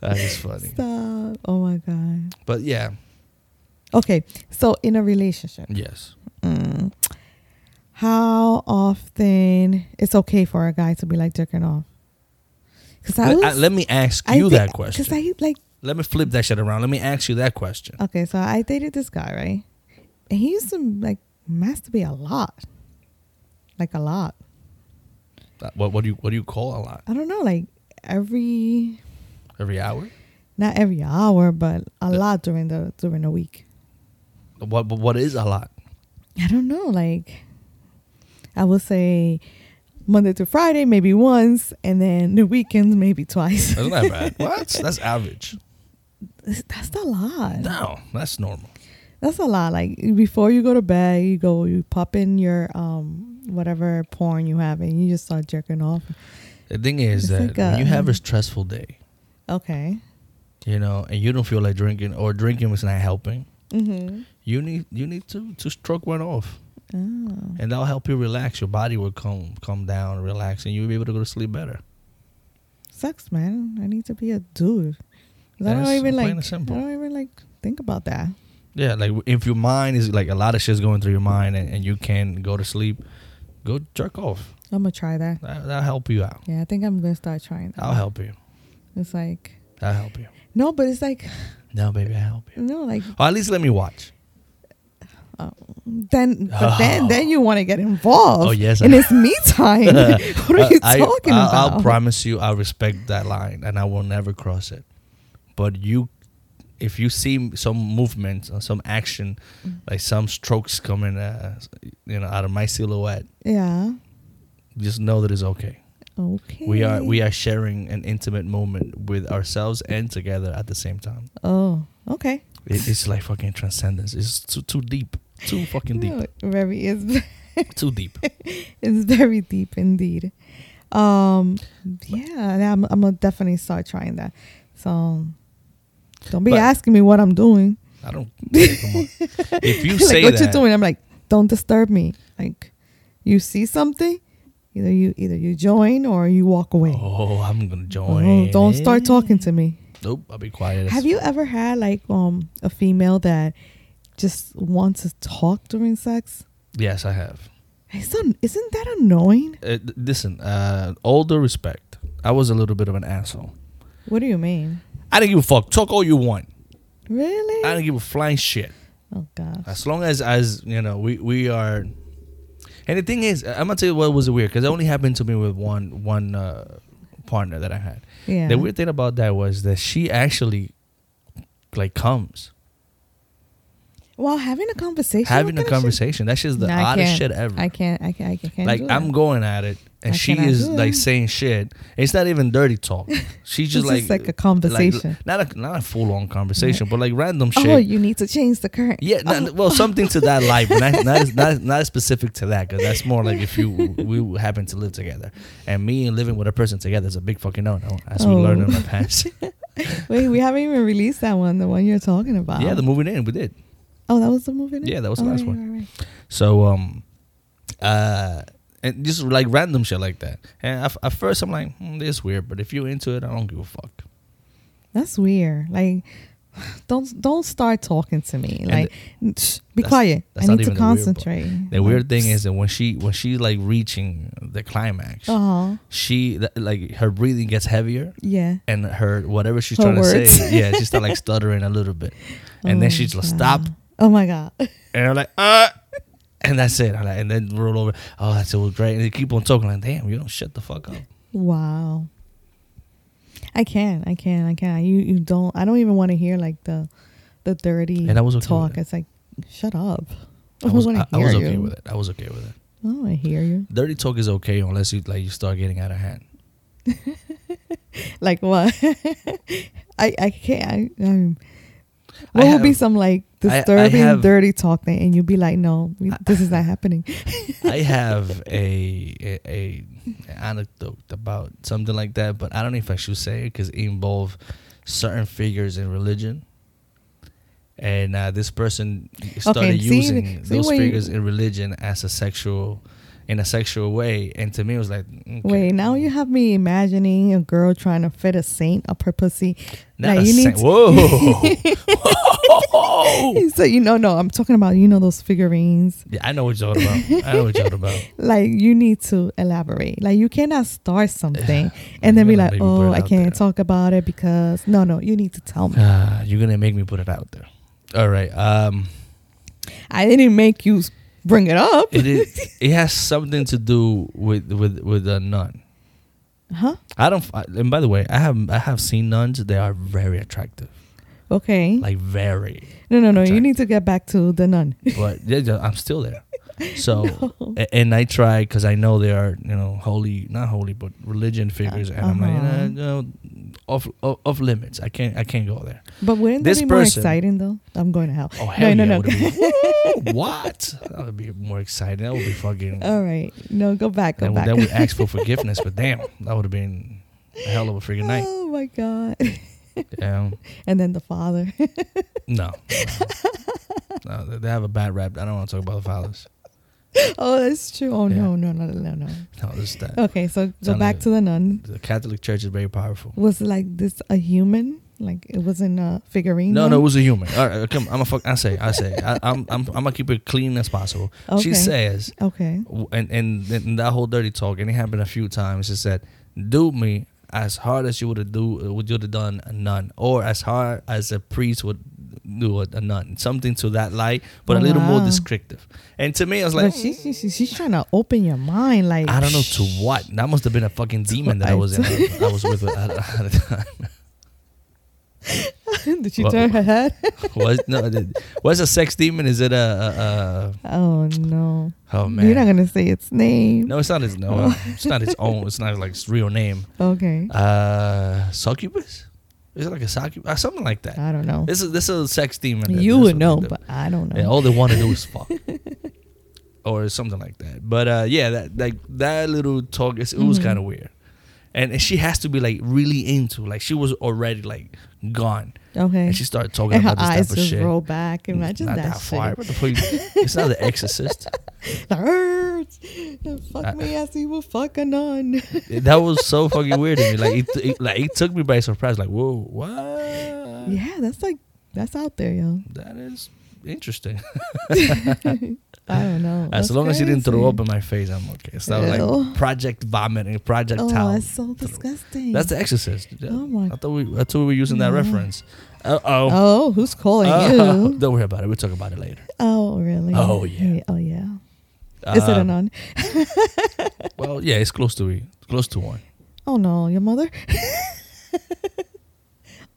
Speaker 4: That is funny.
Speaker 5: Stop. Oh my god.
Speaker 4: But yeah,
Speaker 5: Okay, so in a relationship,
Speaker 4: yes.
Speaker 5: mm, how often it's okay for a guy to be like jerking off. Because
Speaker 4: Let- uh, let me ask you that question.
Speaker 5: Because I like
Speaker 4: Let me flip that shit around. Let me ask you that question.
Speaker 5: okay, so I dated this guy right, and he used to like masturbate a lot, like a lot.
Speaker 4: Uh, What what do you what do you call a lot?
Speaker 5: I don't know, like every
Speaker 4: Every hour?
Speaker 5: not every hour, but a lot during the during the week.
Speaker 4: What but what is a lot?
Speaker 5: I don't know, like I would say Monday to Friday maybe once, and then the weekends maybe twice.
Speaker 4: That's not bad. what? That's average.
Speaker 5: That's a lot.
Speaker 4: No, that's normal.
Speaker 5: That's a lot. Like before you go to bed, you go you pop in your um whatever porn you have, and you just start jerking off.
Speaker 4: The thing is
Speaker 5: It's
Speaker 4: that
Speaker 5: like
Speaker 4: when
Speaker 5: a-
Speaker 4: you have a um, stressful day,
Speaker 5: Okay.
Speaker 4: you know, and you don't feel like drinking or drinking is not helping,
Speaker 5: Mm-hmm.
Speaker 4: you need you need to to stroke one off.
Speaker 5: Oh.
Speaker 4: And that'll help you relax. Your body will calm calm down, relax, and you'll be able to go to sleep better.
Speaker 5: Sucks, man. I need to be a dude. 'Cause I don't
Speaker 4: That's
Speaker 5: even
Speaker 4: plain
Speaker 5: like.
Speaker 4: and
Speaker 5: I
Speaker 4: simple.
Speaker 5: don't even like think about that.
Speaker 4: Yeah, like if your mind is like a lot of shit's going through your mind and, and you can go to sleep, go jerk off.
Speaker 5: I'm gonna try that.
Speaker 4: That, that'll help you out.
Speaker 5: Yeah, I think I'm gonna start trying that.
Speaker 4: I'll help you.
Speaker 5: It's like
Speaker 4: I'll help you.
Speaker 5: no, but it's like
Speaker 4: No, baby, I'll help you.
Speaker 5: no, like
Speaker 4: Or at least let me watch.
Speaker 5: then, but
Speaker 4: Oh.
Speaker 5: then, then you want to get involved.
Speaker 4: Oh, yes,
Speaker 5: and
Speaker 4: I-
Speaker 5: it's me time. what are you
Speaker 4: Uh, I-
Speaker 5: talking
Speaker 4: I-
Speaker 5: about?
Speaker 4: I'll promise you, I respect that line, and I will never cross it. But you, if you see some movements or some action,
Speaker 5: Mm.
Speaker 4: like some strokes coming, uh, you know, out of my silhouette,
Speaker 5: yeah.
Speaker 4: just know that it's okay.
Speaker 5: Okay.
Speaker 4: We are we are sharing an intimate moment with ourselves and together at the same time.
Speaker 5: Oh, okay.
Speaker 4: It, it's like fucking transcendence. It's too too deep, too fucking deep,
Speaker 5: No, very is
Speaker 4: too deep.
Speaker 5: it's very deep indeed. Um, yeah, and I'm I'm gonna definitely start trying that. So don't be
Speaker 4: But-
Speaker 5: asking me what I'm doing.
Speaker 4: I don't. Come on. If you
Speaker 5: like
Speaker 4: say
Speaker 5: what
Speaker 4: that,
Speaker 5: you're doing, I'm like, don't disturb me. Like, you see something, either you either you join or you walk away.
Speaker 4: oh, I'm gonna join.
Speaker 5: Oh, don't start
Speaker 4: in.
Speaker 5: talking to me.
Speaker 4: Nope, I'll be quiet.
Speaker 5: Have you ever had like um a female that just wants to talk during sex?
Speaker 4: Yes, I have.
Speaker 5: Isn't isn't that annoying?
Speaker 4: Uh, th- listen, uh, all due respect, I was a little bit of an asshole.
Speaker 5: What do you mean?
Speaker 4: I didn't give a fuck. Talk all you want.
Speaker 5: Really?
Speaker 4: I didn't give a flying shit.
Speaker 5: oh gosh.
Speaker 4: As long as, as you know, we we are. And the thing is, I'm gonna tell you what was weird because it only happened to me with one one uh, partner that I had.
Speaker 5: Yeah.
Speaker 4: The weird thing about that was that she actually, like, comes
Speaker 5: Well, having a conversation.
Speaker 4: having a
Speaker 5: what kind of shit-
Speaker 4: conversation. That's just the
Speaker 5: No, I
Speaker 4: oddest
Speaker 5: can't.
Speaker 4: shit ever.
Speaker 5: I can't. I can't. I can't.
Speaker 4: like
Speaker 5: do that.
Speaker 4: I'm going at it, and
Speaker 5: I
Speaker 4: she
Speaker 5: cannot
Speaker 4: is
Speaker 5: do
Speaker 4: like
Speaker 5: it.
Speaker 4: saying shit. It's not even dirty talk. She's just
Speaker 5: This
Speaker 4: like
Speaker 5: is like a conversation.
Speaker 4: like, not a not a full on conversation, but like random shit.
Speaker 5: Oh, you need to change the current. Oh.
Speaker 4: yeah, not, well, something to that life, but not not, not not specific to that, because that's more like if you we happen to live together, and me and living with a person together is a big fucking no no, as we learned in
Speaker 5: Oh.
Speaker 4: the past.
Speaker 5: Wait, we haven't even released that one. The one you're talking about.
Speaker 4: yeah, the movie in we did.
Speaker 5: oh, that was the movie. name?
Speaker 4: Yeah, that was the
Speaker 5: Oh,
Speaker 4: last
Speaker 5: right,
Speaker 4: one.
Speaker 5: right, right.
Speaker 4: So um, uh, and just like random shit like that. And at, at first I'm like, mm, this is weird, but if you're into it, I don't give a fuck.
Speaker 5: That's weird. Like, don't don't start talking to me.
Speaker 4: And
Speaker 5: Like, shh, be
Speaker 4: that's-
Speaker 5: quiet. I
Speaker 4: not even the
Speaker 5: need to
Speaker 4: weird part.
Speaker 5: concentrate.
Speaker 4: The weird thing is that when she when she's like reaching the climax,
Speaker 5: Uh huh.
Speaker 4: she th- like her breathing gets heavier,
Speaker 5: Yeah.
Speaker 4: and her whatever she's
Speaker 5: Her
Speaker 4: trying to
Speaker 5: words.
Speaker 4: say, yeah, she start like stuttering a little bit, and then
Speaker 5: Oh,
Speaker 4: she just
Speaker 5: God.
Speaker 4: stop,
Speaker 5: Oh my god.
Speaker 4: and I'm like, ah. And that's it. I'm like, and then roll over. Oh, that's it was great. And they keep on talking. Like, damn, you don't shut the fuck up.
Speaker 5: Wow. I can, I can, I can. You you don't I don't even want to hear like the the dirty
Speaker 4: And I was okay with
Speaker 5: talk.
Speaker 4: it.
Speaker 5: It's like shut up.
Speaker 4: I was,
Speaker 5: wanna
Speaker 4: I, I was okay
Speaker 5: you.
Speaker 4: with it. I was okay with it.
Speaker 5: I don't want to hear you.
Speaker 4: Dirty talk is okay unless you like you start getting out of hand.
Speaker 5: Like what? I I can't. I, um, what would be
Speaker 4: have-
Speaker 5: some like
Speaker 4: I- I
Speaker 5: disturbing,
Speaker 4: have-
Speaker 5: dirty talk thing, and you'd be like, "No, we, this is not happening."
Speaker 4: I have a, a a anecdote about something like that, but I don't know if I should say it because it involves certain figures in religion. And uh, this person started
Speaker 5: see,
Speaker 4: using
Speaker 5: see
Speaker 4: those
Speaker 5: where you-
Speaker 4: figures in religion as a sexual, in a sexual way, and to me it was like, mm, okay,
Speaker 5: Wait, now you have me imagining a girl trying to fit a saint up her pussy.
Speaker 4: not
Speaker 5: Like,
Speaker 4: a
Speaker 5: you
Speaker 4: saint.
Speaker 5: to-
Speaker 4: Whoa, no.
Speaker 5: so you know, no, I'm talking about you know those figurines.
Speaker 4: Yeah, I know what you're talking about. I know what you're talking about.
Speaker 5: Like you need to elaborate. Like you cannot start something and
Speaker 4: you're
Speaker 5: then be
Speaker 4: gonna make
Speaker 5: like,
Speaker 4: me put
Speaker 5: oh,
Speaker 4: it
Speaker 5: I
Speaker 4: out
Speaker 5: can't talk about it because no, no, you need to tell me.
Speaker 4: Ah, you're gonna make me put it out there. All right. Um,
Speaker 5: I didn't make you s- bring it up.
Speaker 4: it is. it has something to do with with with a nun.
Speaker 5: huh?
Speaker 4: I don't. I- And by the way, I have I have seen nuns. They are very attractive.
Speaker 5: Okay.
Speaker 4: Like very.
Speaker 5: no, no, no. You need to get back to the nun.
Speaker 4: But yeah, yeah, I'm still there. So a- and I try because I know they are you know holy not holy but religion figures and I'm like
Speaker 5: Uh, uh-huh.
Speaker 4: you know, no, off, off off limits. I can't I can't go there.
Speaker 5: But wouldn't
Speaker 4: This
Speaker 5: that be more
Speaker 4: person-
Speaker 5: exciting though? I'm going to hell.
Speaker 4: Oh hell
Speaker 5: no,
Speaker 4: yeah!
Speaker 5: no,
Speaker 4: would
Speaker 5: no.
Speaker 4: it be- Woo, what? That would be more exciting. That would be fucking.
Speaker 5: All right. No, go back. Go
Speaker 4: Then,
Speaker 5: back.
Speaker 4: then we ask for forgiveness, but damn, that would have been a hell of a freaking night.
Speaker 5: oh my god.
Speaker 4: Yeah.
Speaker 5: and then the father.
Speaker 4: No. No, they- they have a bad rap. I don't want to talk about the fathers.
Speaker 5: oh, that's true. Oh
Speaker 4: Yeah.
Speaker 5: no, no, no, no, no.
Speaker 4: No, this that.
Speaker 5: Okay, so go
Speaker 4: Sound
Speaker 5: back
Speaker 4: like-
Speaker 5: to the nun.
Speaker 4: The Catholic Church is very powerful.
Speaker 5: Was like this a human? Like it wasn't a figurine?
Speaker 4: No,
Speaker 5: nun?
Speaker 4: no, it was a human. All right, come. I'm a fuck. I say, I say, I, I'm, I'm, I'm gonna keep it clean as possible.
Speaker 5: Okay.
Speaker 4: She says,
Speaker 5: Okay.
Speaker 4: w- and and and that whole dirty talk, and it happened a few times. She said, "Do me as hard as you would have do would you have done a nun, or as hard as a priest would do a, a nun, something to that light, but a little more
Speaker 5: Wow.
Speaker 4: descriptive." And to me, I was
Speaker 5: But
Speaker 4: like,
Speaker 5: she, she, she, she's trying to open your mind. Like
Speaker 4: I don't know to what. That must have been a fucking demon that I was in. I was with at, at the time.
Speaker 5: Did she
Speaker 4: What-
Speaker 5: turn her head?
Speaker 4: Was no, what's a sex demon? Is it a, a, a
Speaker 5: oh no.
Speaker 4: oh man?
Speaker 5: You're not gonna say its name.
Speaker 4: No, it's not his. No,
Speaker 5: Oh.
Speaker 4: it's not his own. It's not like his real name.
Speaker 5: Okay.
Speaker 4: Uh, succubus. Is it like a succubus? Uh, something like that.
Speaker 5: I don't know.
Speaker 4: This is this is a sex demon. that-
Speaker 5: you
Speaker 4: that's
Speaker 5: would
Speaker 4: what
Speaker 5: know,
Speaker 4: they do.
Speaker 5: but I don't know.
Speaker 4: Yeah, all they want to do is fuck, or something like that. But uh, yeah, that like that little talk. It's, it was
Speaker 5: Mm-hmm.
Speaker 4: kind of weird, and, and she has to be like really into. Like she was already like gone.
Speaker 5: Okay.
Speaker 4: And she started talking
Speaker 5: and her
Speaker 4: about this
Speaker 5: eyes
Speaker 4: type of
Speaker 5: just
Speaker 4: shit.
Speaker 5: roll back. Imagine
Speaker 4: not
Speaker 5: that,
Speaker 4: far.
Speaker 5: shit.
Speaker 4: What the fuck? It's not The Exorcist.
Speaker 5: Like, "Urgh, fuck
Speaker 4: I-
Speaker 5: me as he will fuck a nun.
Speaker 4: Uh, that was so fucking weird to me. Like it, it, like it took me by surprise. Like whoa, what?
Speaker 5: yeah, that's like that's out there, yo.
Speaker 4: That is interesting.
Speaker 5: I don't know.
Speaker 4: as
Speaker 5: That's
Speaker 4: long as you didn't throw
Speaker 5: crazy.
Speaker 4: up in my face, I'm okay. So like
Speaker 5: Ew.
Speaker 4: Project Vomiting, Project
Speaker 5: Oh,
Speaker 4: Towel.
Speaker 5: that's so disgusting.
Speaker 4: That's The Exorcist.
Speaker 5: Oh my
Speaker 4: I thought we, I thought we were using that
Speaker 5: No.
Speaker 4: reference. Uh oh.
Speaker 5: Oh, who's calling you?
Speaker 4: Don't worry about it. We'll talk about it later.
Speaker 5: Oh, really?
Speaker 4: Oh, yeah.
Speaker 5: Oh, yeah. Is it a
Speaker 4: Um,
Speaker 5: nun?
Speaker 4: Well, yeah, it's close to it. Close to one.
Speaker 5: Oh no, your mother.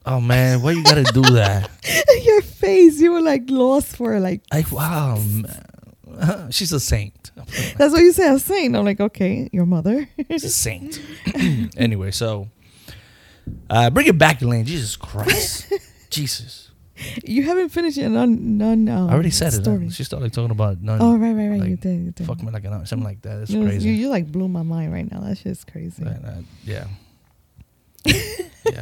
Speaker 4: Oh man, why you gotta do that?
Speaker 5: your face. You were like lost for like.
Speaker 4: Like wow, man. she's a saint.
Speaker 5: That's what you say. I'm saying. I'm like, okay, your mother.
Speaker 4: She's a saint. anyway, so uh, bring it back, Elaine. Jesus Christ, Jesus.
Speaker 5: you haven't finished your nun. nun um,
Speaker 4: I already said it.
Speaker 5: story.
Speaker 4: uh, She started like talking about none.
Speaker 5: Oh right, right, right.
Speaker 4: like,
Speaker 5: you did. You did.
Speaker 4: Fuck me like an something like that. That's
Speaker 5: You-
Speaker 4: crazy.
Speaker 5: You, you like blew my mind right now. That shit's crazy.
Speaker 4: And, uh, yeah. yeah.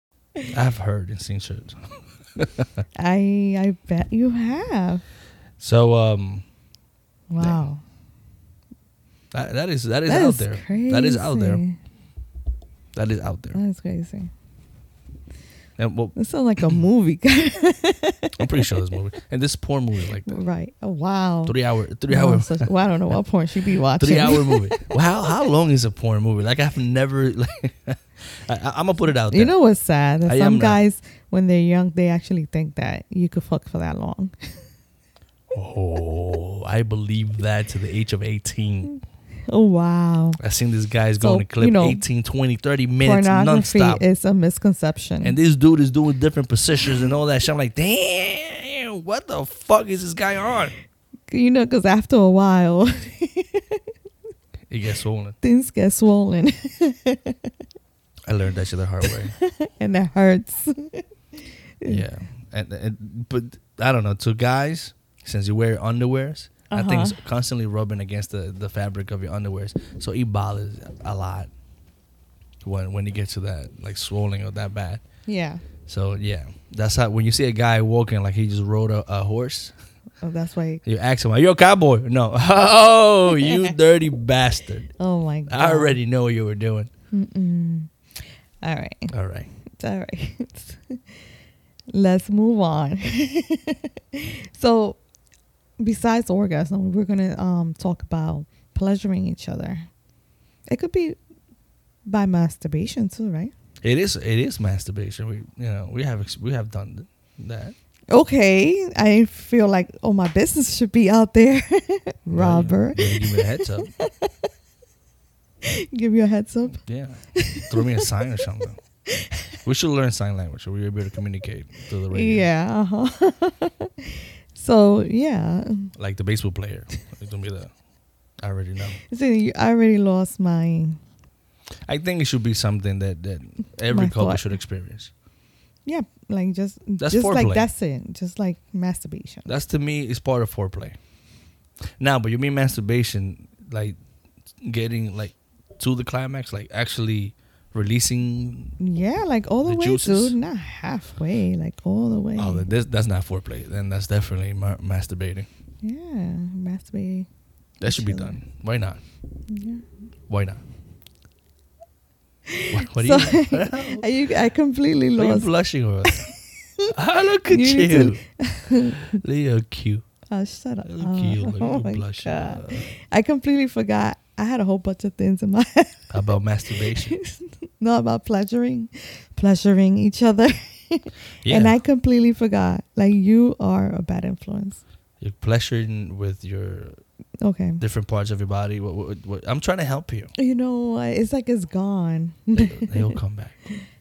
Speaker 4: I've heard and seen shit.
Speaker 5: I I bet you have.
Speaker 4: So um,
Speaker 5: Wow.
Speaker 4: that, that is that is
Speaker 5: That
Speaker 4: out
Speaker 5: is
Speaker 4: there. That is out there.
Speaker 5: crazy. Uh,
Speaker 4: That is out there.
Speaker 5: That's crazy.
Speaker 4: And well,
Speaker 5: That sounds like a movie.
Speaker 4: I'm pretty sure this movie and this porn movie is like that.
Speaker 5: right. Oh, wow.
Speaker 4: three hour three
Speaker 5: Wow,
Speaker 4: hour
Speaker 5: so- well, I don't know what porn she be watching.
Speaker 4: three hour movie. Well, how how long is a porn movie? Like I've never like I, I'm gonna put it out there.
Speaker 5: You know what's sad? That
Speaker 4: I am
Speaker 5: some
Speaker 4: not-
Speaker 5: guys, when they're young, they actually think that you could fuck for that long.
Speaker 4: Oh, I believe that to the age of 18.
Speaker 5: Oh wow!
Speaker 4: I've seen these guys
Speaker 5: So,
Speaker 4: going to clip
Speaker 5: you know,
Speaker 4: 18, 20, 30 minutes
Speaker 5: Pornography
Speaker 4: nonstop.
Speaker 5: is a misconception.
Speaker 4: and this dude is doing different positions and all that shit. I'm like, damn, what the fuck is this guy on?
Speaker 5: you know, because after a while,
Speaker 4: It gets swollen.
Speaker 5: things get swollen
Speaker 4: I learned that shit the hard way.
Speaker 5: and it hurts.
Speaker 4: yeah. and, and but I don't know. To guys, since you wear underwears, I think it's
Speaker 7: Uh-huh.
Speaker 4: constantly rubbing against the, the fabric of your underwears, so it bothers a lot when when you get to that like swelling or that bad.
Speaker 5: Yeah.
Speaker 4: So yeah, that's how when you see a guy walking like he just rode a, a horse.
Speaker 5: Oh, that's why.
Speaker 4: You ask him, "Are you a cowboy?" No. Oh, you dirty bastard!
Speaker 5: Oh my god.
Speaker 4: I already know what you were doing.
Speaker 5: Mm-mm. All right.
Speaker 4: All right.
Speaker 5: It's all right. Let's move on. so, besides orgasm, we're gonna um, talk about pleasuring each other. It could be by masturbation too, right?
Speaker 4: It is it is masturbation. We you know we have ex- we have done th- that.
Speaker 5: Okay, I feel like all my business should be out there, Robert.
Speaker 4: Yeah, give me a heads up.
Speaker 5: Give you a heads up.
Speaker 4: Yeah, throw me a sign or something. We should learn sign language so we're able to communicate through the radio.
Speaker 5: Yeah. Uh-huh. so yeah,
Speaker 4: Like the baseball player. Like, Don't be the. I already know.
Speaker 5: so you, I already lost my.
Speaker 4: I think it should be something that that every
Speaker 5: My
Speaker 4: couple
Speaker 5: thought.
Speaker 4: should experience.
Speaker 5: Yeah, like just
Speaker 4: That's
Speaker 5: just
Speaker 4: foreplay.
Speaker 5: like that's it. Just like masturbation.
Speaker 4: That's to me is part of foreplay. Now, but you mean masturbation, like getting like to the climax, like actually releasing.
Speaker 5: Yeah, like all the,
Speaker 4: The
Speaker 5: way,
Speaker 4: juices.
Speaker 5: dude. Not halfway, like all the way.
Speaker 4: Oh, this, that's not foreplay. Then that's definitely ma- masturbating.
Speaker 5: yeah, masturbating.
Speaker 4: That should be done. Why not?
Speaker 5: Yeah.
Speaker 4: Why not? What, what
Speaker 5: so,
Speaker 4: are you?
Speaker 5: are you- I completely
Speaker 4: What are you
Speaker 5: lost.
Speaker 4: blushing over? I look at
Speaker 5: You need
Speaker 4: you.
Speaker 5: to-
Speaker 4: Leo Q.
Speaker 5: oh, shut up.
Speaker 4: Look at you, look,
Speaker 5: oh
Speaker 4: you
Speaker 5: my
Speaker 4: blushing. uh,
Speaker 5: God. I completely forgot. I had a whole bunch of things in my head.
Speaker 4: About masturbation.
Speaker 5: Not about pleasuring, pleasuring each other. And
Speaker 4: Yeah.
Speaker 5: I completely forgot. Like you are a bad influence.
Speaker 4: You're pleasuring with your
Speaker 5: Okay.
Speaker 4: different parts of your body. What, what, what, I'm trying to help you.
Speaker 5: You know, uh, it's like it's gone.
Speaker 4: He'll come back.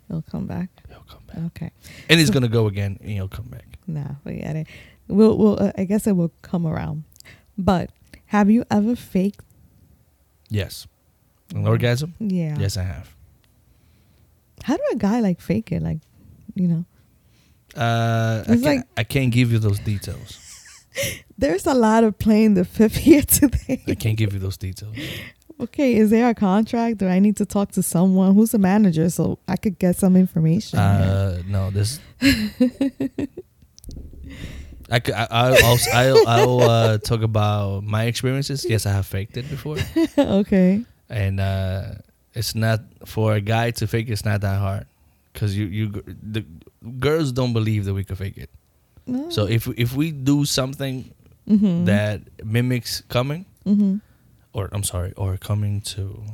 Speaker 5: It'll come back. It'll
Speaker 4: come
Speaker 5: back. Okay.
Speaker 4: And it's going to go again and he'll come back.
Speaker 5: Nah, forget it. We'll, we'll, uh, I guess it will come around. But have you ever faked?
Speaker 4: Yes. An orgasm?
Speaker 5: Yeah.
Speaker 4: Yes, I have.
Speaker 5: How do a guy like fake it? Like, you know,
Speaker 4: Uh, I, can't,
Speaker 5: It's like-
Speaker 4: I can't give you those details.
Speaker 5: there's a lot of playing the fifth here today.
Speaker 4: I can't give you those details.
Speaker 5: Okay, is there a contract or I need to talk to someone who's a manager so I could get some information?
Speaker 4: Uh, no, this. I could, I, I'll, I'll, I'll, I'll uh, talk about my experiences. Yes, I have faked it before.
Speaker 5: okay.
Speaker 4: and uh, it's not for a guy to fake. It's not that hard, cause you you g- the girls don't believe that we could fake it.
Speaker 5: No.
Speaker 4: So if if we do something
Speaker 5: Mhm.
Speaker 4: that mimics coming,
Speaker 5: Mhm.
Speaker 4: or I'm sorry, or coming to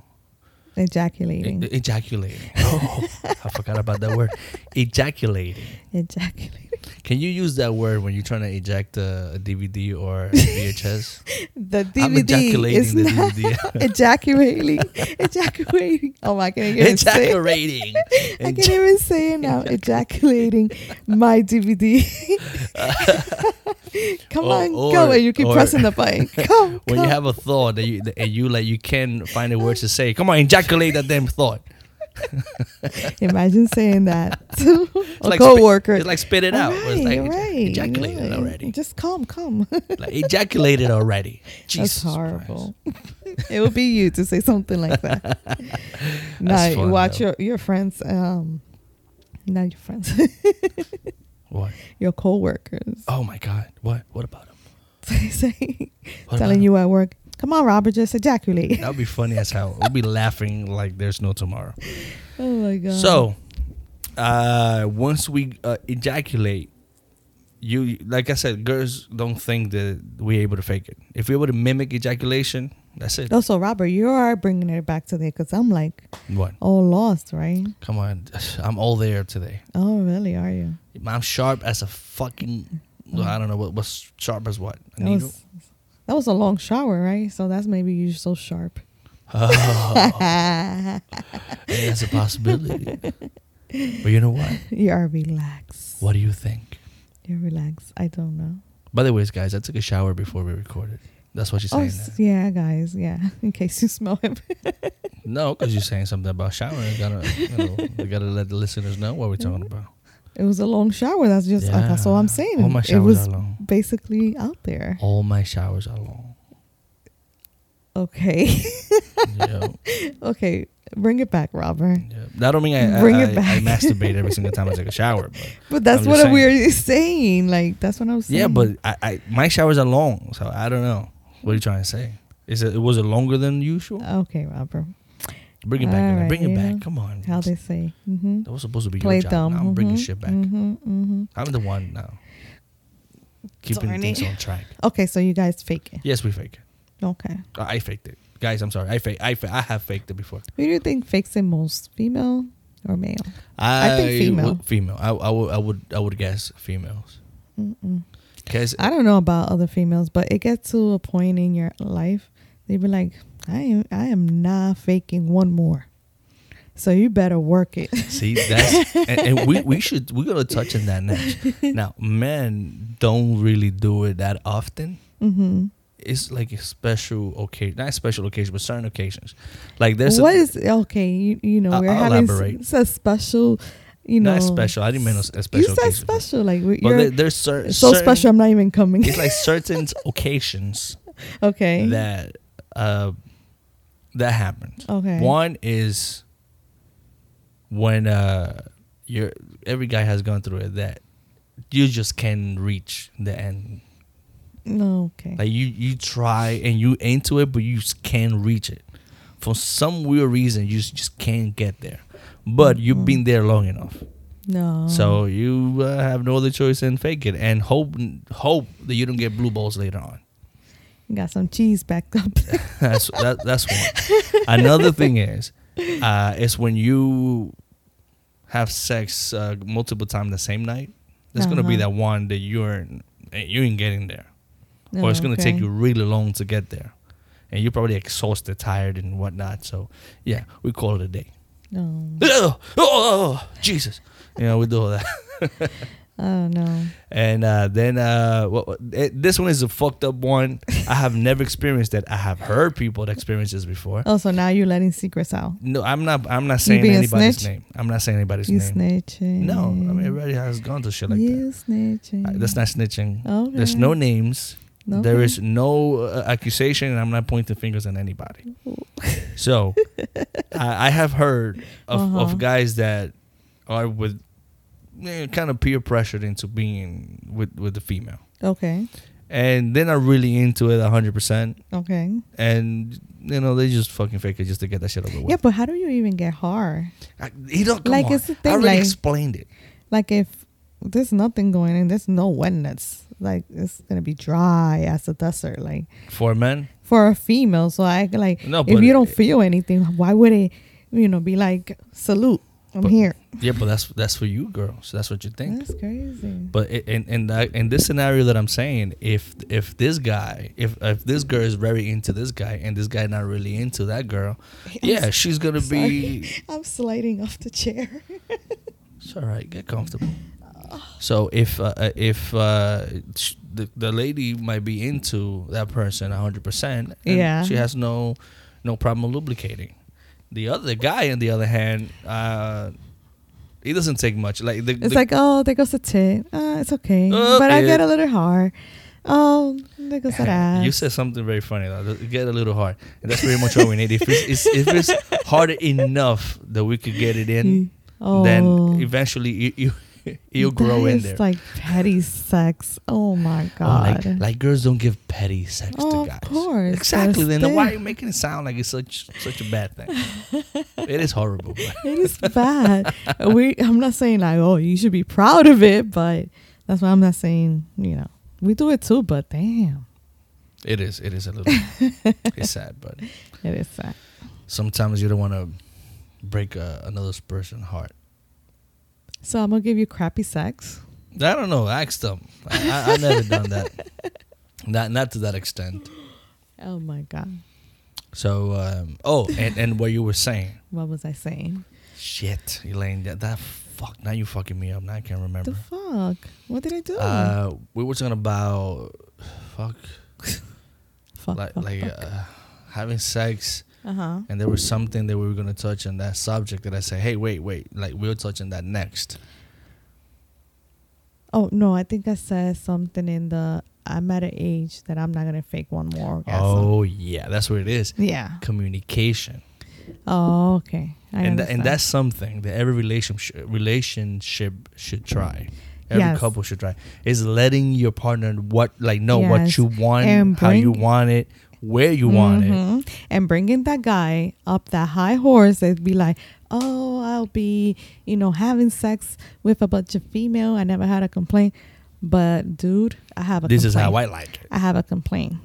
Speaker 5: Ejaculating.
Speaker 4: e- ejaculating. Oh, I forgot about that word, ejaculating.
Speaker 5: Ejaculating.
Speaker 4: Can you use that word when you're trying to eject a, a DVD or a VHS?
Speaker 5: The
Speaker 4: I'm
Speaker 5: DVD
Speaker 4: ejaculating
Speaker 5: is
Speaker 4: the
Speaker 5: not
Speaker 4: DVD.
Speaker 5: ejaculating. ejaculating. Oh my! I can't even say. It.
Speaker 4: Ejaculating.
Speaker 5: I can't even say it now. Ejaculating my DVD. come
Speaker 4: Or-
Speaker 5: on, go!
Speaker 4: or-
Speaker 5: And you keep
Speaker 4: or-
Speaker 5: pressing the button. Come.
Speaker 4: when
Speaker 5: come.
Speaker 4: you have a thought that you that- and you like you can not find a word to say. Come on, ejaculate that damn thought.
Speaker 5: Imagine saying that to a
Speaker 4: like spit-
Speaker 5: coworker.
Speaker 4: it's like spit it out.
Speaker 5: All
Speaker 4: It's like
Speaker 5: right,
Speaker 4: ejac-
Speaker 5: right,
Speaker 4: ejaculate it
Speaker 5: right.
Speaker 4: already.
Speaker 5: Just come, come.
Speaker 4: Like ejaculate it already.
Speaker 5: That's
Speaker 4: Jesus
Speaker 5: horrible. it would be you to say something like that.
Speaker 4: That's
Speaker 5: no,
Speaker 4: fun,
Speaker 5: watch
Speaker 4: though.
Speaker 5: your your friends. Um, not your friends.
Speaker 4: What?
Speaker 5: Your coworkers
Speaker 4: Oh my god. What? What about him?
Speaker 5: say,
Speaker 4: What about
Speaker 5: telling you at work, "Come on, Robert, just ejaculate."
Speaker 4: That would be funny as hell. We'll be laughing like there's no tomorrow.
Speaker 5: oh my god.
Speaker 4: So, uh, once we uh, ejaculate, you like I said, girls don't think that we're able to fake it. If we're able to mimic ejaculation, that's it.
Speaker 5: also, Robert, you are bringing it back today because I'm like
Speaker 4: What?
Speaker 5: all lost, right?
Speaker 4: Come on, I'm all there today.
Speaker 5: Oh, really? Are you?
Speaker 4: I'm sharp as a fucking. well, I don't know what what's sharp as what. A
Speaker 5: That
Speaker 4: needle.
Speaker 5: was, that was a long shower, right? So that's maybe you're so sharp.
Speaker 4: Oh. Hey, that's a possibility. But you know what?
Speaker 5: You are relaxed.
Speaker 4: What do you think?
Speaker 5: You're relaxed. I don't know.
Speaker 4: By the way, guys, I took a shower before we recorded. That's what she's
Speaker 5: Oh,
Speaker 4: saying.
Speaker 5: s- yeah, guys. Yeah. In case you smell him.
Speaker 4: there.
Speaker 5: Mm-hmm.
Speaker 4: No, because you're saying something about showering. Gotta, you know, we gotta let the listeners know what we're talking about.
Speaker 5: It was a long shower. That's just uh, that's all I'm saying.
Speaker 4: All my
Speaker 5: it
Speaker 4: showers
Speaker 5: was
Speaker 4: are long.
Speaker 5: basically out there.
Speaker 4: All my showers are long.
Speaker 5: Okay. Okay, bring it back, Robert.
Speaker 4: That don't mean I,
Speaker 5: Bring
Speaker 4: I,
Speaker 5: it
Speaker 4: I-
Speaker 5: back.
Speaker 4: I masturbate every single time I take a shower. But,
Speaker 5: But that's
Speaker 4: I'm just saying.
Speaker 5: what we're saying. Like that's what I was saying.
Speaker 4: Yeah, but I, I my showers are long, so I don't know. What are you trying to say? Is it was it longer than usual?
Speaker 5: okay, Robert.
Speaker 4: Bring it back,
Speaker 5: All
Speaker 4: man. Bring it
Speaker 5: yeah.
Speaker 4: back. Come on.
Speaker 5: How they say? Mm-hmm.
Speaker 4: That was supposed to be
Speaker 5: Play
Speaker 4: your job.
Speaker 5: dumb.
Speaker 4: Now I'm bringing
Speaker 5: Mhm,
Speaker 4: shit back.
Speaker 5: mhm, mhm.
Speaker 4: I'm the one now. Keeping
Speaker 5: Darn
Speaker 4: things
Speaker 5: it.
Speaker 4: on track.
Speaker 5: Okay, so you guys fake it.
Speaker 4: Yes, we fake it.
Speaker 5: Okay.
Speaker 4: I I faked it, guys. I'm sorry. I fake. I fa- I have faked it before.
Speaker 5: Who do you think fakes it most, female or male?
Speaker 4: I,
Speaker 5: think female.
Speaker 4: would- female. I, I would. I would. I would guess females.
Speaker 5: Mm-mm.
Speaker 4: Because
Speaker 5: I don't know about other females, but it gets to a point in your life they be like, I am I am not faking one more. So you better work it.
Speaker 4: See, that's and, and we, we should we're gonna touch on that next. Now, men don't really do it that often.
Speaker 5: Mhm.
Speaker 4: It's like a special occasion, not special occasion, but certain occasions. Like there's
Speaker 5: what
Speaker 4: a,
Speaker 5: is okay? You, you know
Speaker 4: I'll-
Speaker 5: we're
Speaker 4: I'll
Speaker 5: having s-
Speaker 4: elaborate.
Speaker 5: it's a special, you know,
Speaker 4: Not special. I didn't mean a s- a special
Speaker 5: You said
Speaker 4: occasion, but-
Speaker 5: special, like we-
Speaker 4: but
Speaker 5: you're
Speaker 4: there- there's cer-
Speaker 5: it's so
Speaker 4: certain-
Speaker 5: special. I'm not even coming.
Speaker 4: It's like certain occasions.
Speaker 5: Okay.
Speaker 4: That uh, that happens.
Speaker 5: Okay.
Speaker 4: One is when uh, you're every guy has gone through it that you just can't reach the end.
Speaker 5: no, okay.
Speaker 4: Like you you try and you into it, but you just can't reach it. For some weird reason, you just, just can't get there.
Speaker 5: Mm-hmm.
Speaker 4: But you've been there long enough.
Speaker 5: No.
Speaker 4: So you uh, have no other choice than fake it and hope hope that you don't get blue balls later on.
Speaker 5: got some cheese backed up.
Speaker 4: that's that, that's one. Another thing is, uh, it's when you have sex uh, multiple times the same night. There's gonna be that
Speaker 5: Uh-huh.
Speaker 4: one that you're you ain't getting there, or it's
Speaker 5: Oh,
Speaker 4: gonna take
Speaker 5: okay.
Speaker 4: you really long to get there, and you're probably exhausted, tired, and whatnot. So yeah, we call it a day.
Speaker 5: No.
Speaker 4: Oh, oh, Jesus! You know we do all that.
Speaker 5: Oh no.
Speaker 4: And uh, then uh, what, what- eh, this one is a fucked up one. I have never experienced that. I have heard people that experience this before.
Speaker 5: Oh, so now you're letting secrets out.
Speaker 4: No, I'm not. I'm not saying
Speaker 5: being a
Speaker 4: anybody's
Speaker 5: snitch?
Speaker 4: name. I'm not saying anybody's
Speaker 5: You
Speaker 4: name.
Speaker 5: snitching.
Speaker 4: No, I mean everybody has gone through shit like that.
Speaker 5: you snitching.
Speaker 4: Uh, That's not snitching.
Speaker 5: Okay.
Speaker 4: There's no names. There
Speaker 5: Okay.
Speaker 4: is no uh, accusation, and I'm not pointing fingers at anybody. so, I, I have heard of,
Speaker 5: Uh-huh.
Speaker 4: of guys that are with eh, kind of peer pressured into being with with the female,
Speaker 5: Okay.
Speaker 4: and they're not really into it 100. percent
Speaker 5: Okay.
Speaker 4: And you know they just fucking fake it just to get that shit over with.
Speaker 5: Yeah, but how do you even get hard?
Speaker 4: I, you don't come on.
Speaker 5: it's the
Speaker 4: I
Speaker 5: thing,
Speaker 4: already
Speaker 5: like-
Speaker 4: explained it.
Speaker 5: Like if there's nothing going in, there's no wetness. Like it's gonna be dry as a desert. Like
Speaker 4: For men,
Speaker 5: for a female, so I can, like
Speaker 4: No,
Speaker 5: if
Speaker 4: but
Speaker 5: you don't
Speaker 4: it-
Speaker 5: feel anything, why would it, you know, be like salute? I'm
Speaker 4: But-
Speaker 5: here.
Speaker 4: Yeah, but that's that's for you, girls. That's what you think.
Speaker 5: That's crazy.
Speaker 4: But i- in in that in this scenario that I'm saying, if if this guy, if if this girl is very into this guy, and this guy not really into that girl, yeah, she's gonna be.
Speaker 5: Sorry. I'm sliding off the chair.
Speaker 4: It's all right. Get comfortable. So if uh, uh, if uh, sh- the the lady might be into that person 100, percent
Speaker 5: Yeah.
Speaker 4: she has no no problem lubricating. The other guy, on the other hand, uh, it doesn't take much. Like the,
Speaker 5: It's
Speaker 4: the-
Speaker 5: like, oh, there goes a tit. Uh, it's okay,
Speaker 4: Oh,
Speaker 5: but I get
Speaker 4: it-
Speaker 5: a little hard. Oh, there goes that ass.
Speaker 4: You said something very funny. Though. It Get a little hard, and that's pretty much all we need. If it's, it's if it's hard enough that we could get it in,
Speaker 5: Oh.
Speaker 4: then eventually you, you you'll grow
Speaker 5: That
Speaker 4: in
Speaker 5: is
Speaker 4: there.
Speaker 5: like petty sex. Oh my
Speaker 4: Oh,
Speaker 5: god.
Speaker 4: like, like girls don't give petty sex
Speaker 5: Oh, of
Speaker 4: to guys.
Speaker 5: course,
Speaker 4: Exactly.
Speaker 5: but
Speaker 4: Then why are you
Speaker 5: still.
Speaker 4: making it sound like it's such such a bad thing? it is horrible. but-
Speaker 5: it is bad. we I'm not saying like, oh, you should be proud of it, but that's why I'm not saying, you know. We do it too, but damn.
Speaker 4: It is. It is a little. it's sad, but
Speaker 5: It is sad.
Speaker 4: sometimes you don't want to break uh, another person's heart.
Speaker 5: So I'm gonna give you crappy sex.
Speaker 4: I don't know. Ask them. I, I, I've never done that. Not not to that extent.
Speaker 5: Oh my god.
Speaker 4: So, um, oh, and, and what you were saying.
Speaker 5: What was I saying?
Speaker 4: Shit, Elaine, that, that fuck. Now you fucking me up. Now I can't remember.
Speaker 5: The fuck? What did I do?
Speaker 4: Uh, we were talking about fuck,
Speaker 5: Fuck,
Speaker 4: like like Uh, having sex,
Speaker 5: Uh-huh.
Speaker 4: and there was something that we were gonna touch on that subject that I said, hey, wait, wait, like we'll touch on that next.
Speaker 5: Oh no, I think I said something in the I'm at an age that I'm not gonna fake one more orgasm.
Speaker 4: Oh yeah, that's what it is.
Speaker 5: Yeah.
Speaker 4: Communication.
Speaker 5: Oh, okay. I
Speaker 4: and tha- and
Speaker 5: understand.
Speaker 4: that's something that every relationship relationship should try. Every
Speaker 5: Yes.
Speaker 4: couple should try is letting your partner what like know
Speaker 5: Yes.
Speaker 4: what you want,
Speaker 5: And
Speaker 4: how you
Speaker 5: bring-
Speaker 4: want it, where you want it.
Speaker 5: Mhm. And bringing that guy up that high horse and be like, oh, I'll be, you know, having sex with a bunch of female. I never had a complaint. But, dude, I have a
Speaker 4: This is how
Speaker 5: complaint.
Speaker 4: I like it.
Speaker 5: I have a complaint.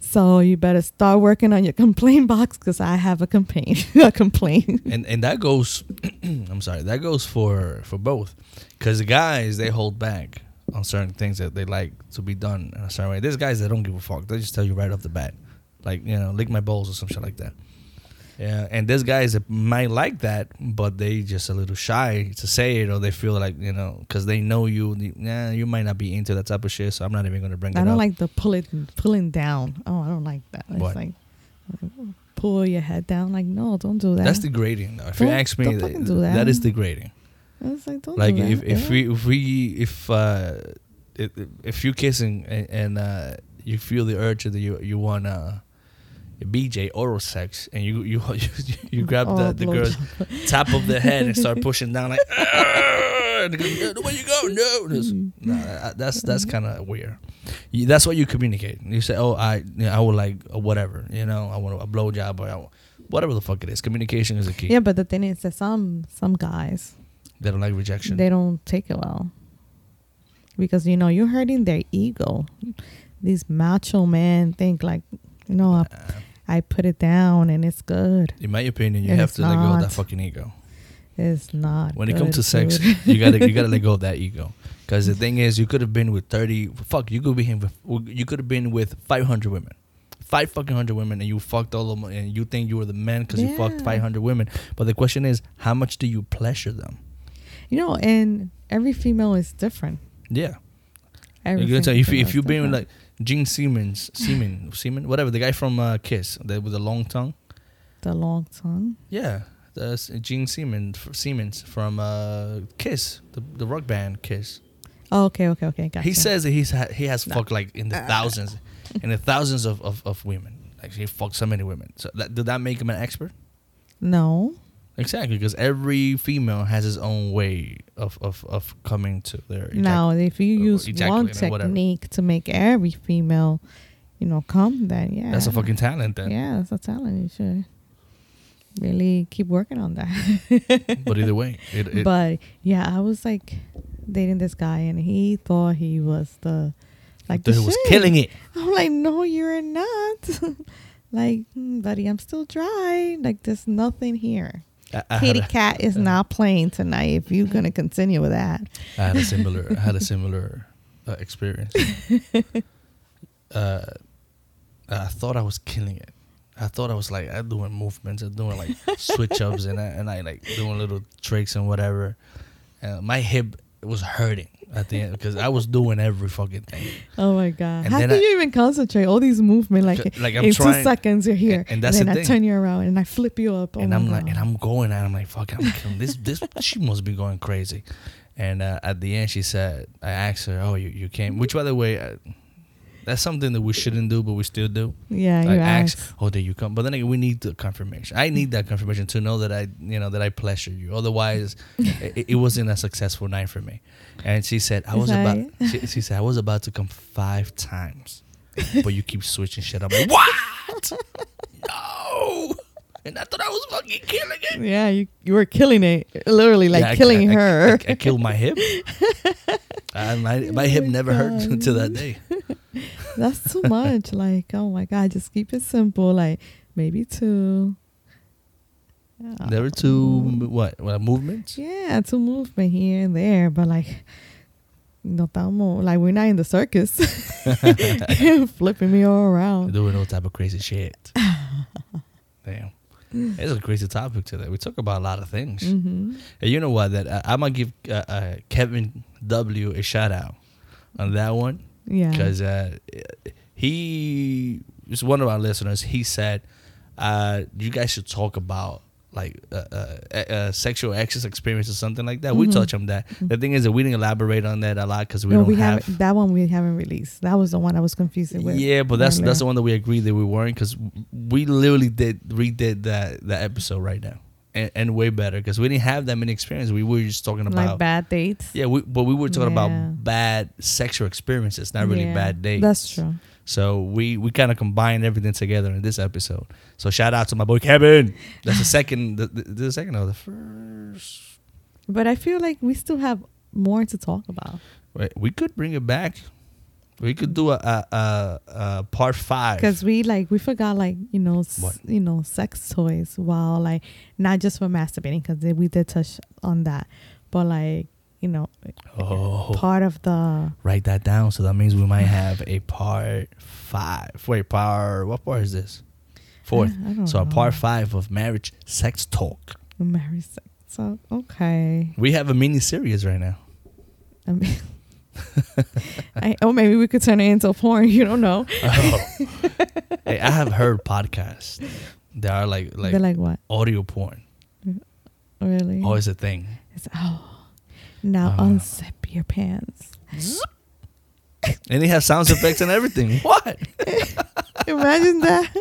Speaker 5: So you better start working on your complaint box because I have a complaint. a complaint.
Speaker 4: and and that goes i'm sorry that goes for for both because guys they hold back on certain things that they like to be done in a certain way there's guys that don't give a fuck they just tell you right off the bat like you know lick my balls or some shit like that yeah and there's guys that might like that but they just a little shy to say it or they feel like you know because they know you you- nah, you might not be into that type of shit so i'm not even gonna bring
Speaker 5: I
Speaker 4: it
Speaker 5: don't
Speaker 4: up
Speaker 5: like the pull it, pulling down. Oh, I don't like that.
Speaker 4: What?
Speaker 5: It's like, pull your head down. Like, no, don't do that.
Speaker 4: that's degrading though if you
Speaker 5: Don't-
Speaker 4: ask me
Speaker 5: don't
Speaker 4: that,
Speaker 5: fucking do that.
Speaker 4: that is degrading
Speaker 5: It's like, don't
Speaker 4: like
Speaker 5: do that.
Speaker 4: if, if
Speaker 5: Yeah.
Speaker 4: we if we if uh if, if you kissing and, and uh you feel the urge that you you want uh BJ oral sex and you you you, you grab
Speaker 5: Oh,
Speaker 4: the, the
Speaker 5: blow
Speaker 4: girl's
Speaker 5: job.
Speaker 4: top of the head and start pushing down like "Argh," and the girl, "No, where you go no And it's-
Speaker 5: Mm-hmm.
Speaker 4: nah, that- that's that's kind of weird you, that's what you communicate you say oh I you know, I would like uh, whatever you know I want a blowjob or I want, whatever the fuck it is communication is the key
Speaker 5: Yeah, but the thing is that some some guys
Speaker 4: they don't like rejection
Speaker 5: they don't take it well because you know you're hurting their ego. These macho men think like, you know, I, I put it down and it's good.
Speaker 4: in my opinion you
Speaker 5: And
Speaker 4: have
Speaker 5: it's
Speaker 4: to let go of
Speaker 5: not.
Speaker 4: that fucking ego
Speaker 5: It's not.
Speaker 4: when it comes to
Speaker 5: good,
Speaker 4: sex,
Speaker 5: dude.
Speaker 4: you gotta you gotta let go of that ego. Because the thing is, you could have been with thirty. Fuck, you could be him. With, you could have been with five hundred women, five fucking hundred women, and you fucked all of them. And you think you were the man because you fucked
Speaker 5: Yeah.
Speaker 4: five hundred women. But the question is, how much do you pleasure them?
Speaker 5: you know, and every female is different.
Speaker 4: Yeah,
Speaker 5: Every
Speaker 4: you gonna tell if you-
Speaker 5: female
Speaker 4: if
Speaker 5: is
Speaker 4: you've been with
Speaker 5: different.
Speaker 4: like Gene Siemens, Siemens, Siemens, whatever the guy from uh, Kiss, that with the long tongue.
Speaker 5: the long tongue.
Speaker 4: Yeah, that's Gene Siemens, Siemens from uh, Kiss, the the rock band Kiss.
Speaker 5: Oh, okay, okay, okay. Gotcha.
Speaker 4: He says that he's ha- he has fucked like in the thousands, in the thousands of, of, of women. Like he fucked so many women. So that, did that make him an expert?
Speaker 5: no.
Speaker 4: Exactly, because every female has his own way of, of, of coming to their. ejac-
Speaker 5: Now, if you
Speaker 4: or
Speaker 5: use one
Speaker 4: ejaculate or Oh, whatever.
Speaker 5: technique to make every female, you know, come, then yeah,
Speaker 4: That's a fucking talent then.
Speaker 5: Yeah, that's a talent. You should really keep working on that.
Speaker 4: But either way, it, it,
Speaker 5: but yeah, I was like dating this guy, and he thought he was the like
Speaker 4: Thought
Speaker 5: the
Speaker 4: he was
Speaker 5: shit.
Speaker 4: killing it.
Speaker 5: I'm like, no, you're not. like, "Mm, buddy, I'm still dry. Like, there's nothing here.
Speaker 4: I- I had
Speaker 5: Kitty
Speaker 4: a-
Speaker 5: cat is not playing tonight. If you're gonna continue with that,
Speaker 4: I had a similar I had a similar uh, experience. uh, I thought I was killing it. I thought I was like I doing movements, I doing like switch ups, and I and I like doing little tricks and whatever. Uh, my hip was hurting at the end because I was doing every fucking thing.
Speaker 5: Oh my god!
Speaker 4: And
Speaker 5: How
Speaker 4: then
Speaker 5: can
Speaker 4: I-
Speaker 5: you even concentrate? All these movement, like,
Speaker 4: C- like I'm
Speaker 5: in two
Speaker 4: trying-
Speaker 5: seconds you're here,
Speaker 4: and- and that's
Speaker 5: then
Speaker 4: the
Speaker 5: I
Speaker 4: thing.
Speaker 5: turn you around and I flip you up. Oh
Speaker 4: and
Speaker 5: my
Speaker 4: I'm
Speaker 5: god.
Speaker 4: like, and I'm going and I'm like, fuck, I'm killing this. This she must be going crazy. And uh, at the end, she said, I asked her, oh, you, you came. Which, by the way, uh, that's something that we shouldn't do, but we still do.
Speaker 5: Yeah,
Speaker 4: like,
Speaker 5: you
Speaker 4: ask,
Speaker 5: ask.
Speaker 4: oh, did you come? But then again, we need the confirmation. I need that confirmation to know that I, you know, that I pleasure you. Otherwise, it, it wasn't a successful night for me. And she said, I was about.
Speaker 5: Sorry.
Speaker 4: She, she said, I was about to come five times, but you keep switching shit. I'm like, what? no. And I thought I was fucking killing it.
Speaker 5: yeah, you you were killing it, literally like
Speaker 4: Yeah, I-
Speaker 5: killing
Speaker 4: I- I-
Speaker 5: her.
Speaker 4: I, I killed my hip. and my, my hip never hurt until that day.
Speaker 5: That's too much. like, oh my god, just keep it simple. Like, maybe two. Yeah.
Speaker 4: There were two what, what movements?
Speaker 5: Yeah, two movement here and there, but like, no, tamo, like we're not in the circus, flipping me all around.
Speaker 4: Doing all type of crazy shit. Damn. It's a crazy topic today. We talk about a lot of things.
Speaker 5: Mhm.
Speaker 4: And you know what? That uh, I'm gonna give uh, uh, Kevin W a shout out on that one.
Speaker 5: Yeah.
Speaker 4: because uh, he was one of our listeners. He said, uh, "You guys should talk about like uh, uh, uh, uh, sexual access experience or something like that. We
Speaker 5: Mhm.
Speaker 4: touch on that. The thing is that we didn't elaborate on that a lot because we
Speaker 5: no,
Speaker 4: don't
Speaker 5: we
Speaker 4: have.
Speaker 5: haven't. that one we haven't released. That was the one I was confused with.
Speaker 4: yeah, but that's
Speaker 5: earlier.
Speaker 4: that's the one that we agreed that we weren't because we literally did redid that that episode right now and, and way better because we didn't have that many experiences. We were just talking about
Speaker 5: like bad dates.
Speaker 4: Yeah, we, but we were talking
Speaker 5: Yeah.
Speaker 4: about bad sexual experiences, not really
Speaker 5: Yeah,
Speaker 4: bad dates.
Speaker 5: that's true.
Speaker 4: So we we kind of combined everything together in this episode. So shout out to my boy Kevin. That's the second, the, the, the second or the first.
Speaker 5: But I feel like we still have more to talk about.
Speaker 4: Wait, we could bring it back. We could do a a, a, a part five.
Speaker 5: because we like we forgot like you know s-
Speaker 4: What?
Speaker 5: you know sex toys while like not just for masturbating because we did touch on that but like you know
Speaker 4: Oh.
Speaker 5: part of the
Speaker 4: Write that down. So that means we might have a part five. Wait, part what part is this? Fourth.
Speaker 5: Uh, I don't
Speaker 4: so a
Speaker 5: know.
Speaker 4: part five of marriage sex talk.
Speaker 5: marriage sex so okay
Speaker 4: We have a mini series right now.
Speaker 5: I mean, I, oh maybe we could turn it into a porn you don't know
Speaker 4: Oh. hey, I have heard podcasts that are like like
Speaker 5: They're like what?
Speaker 4: audio porn.
Speaker 5: really
Speaker 4: Always a thing.
Speaker 5: it's, oh
Speaker 4: Uh.
Speaker 5: now unzip your pants
Speaker 4: And it has sound effects and everything. What?
Speaker 5: imagine that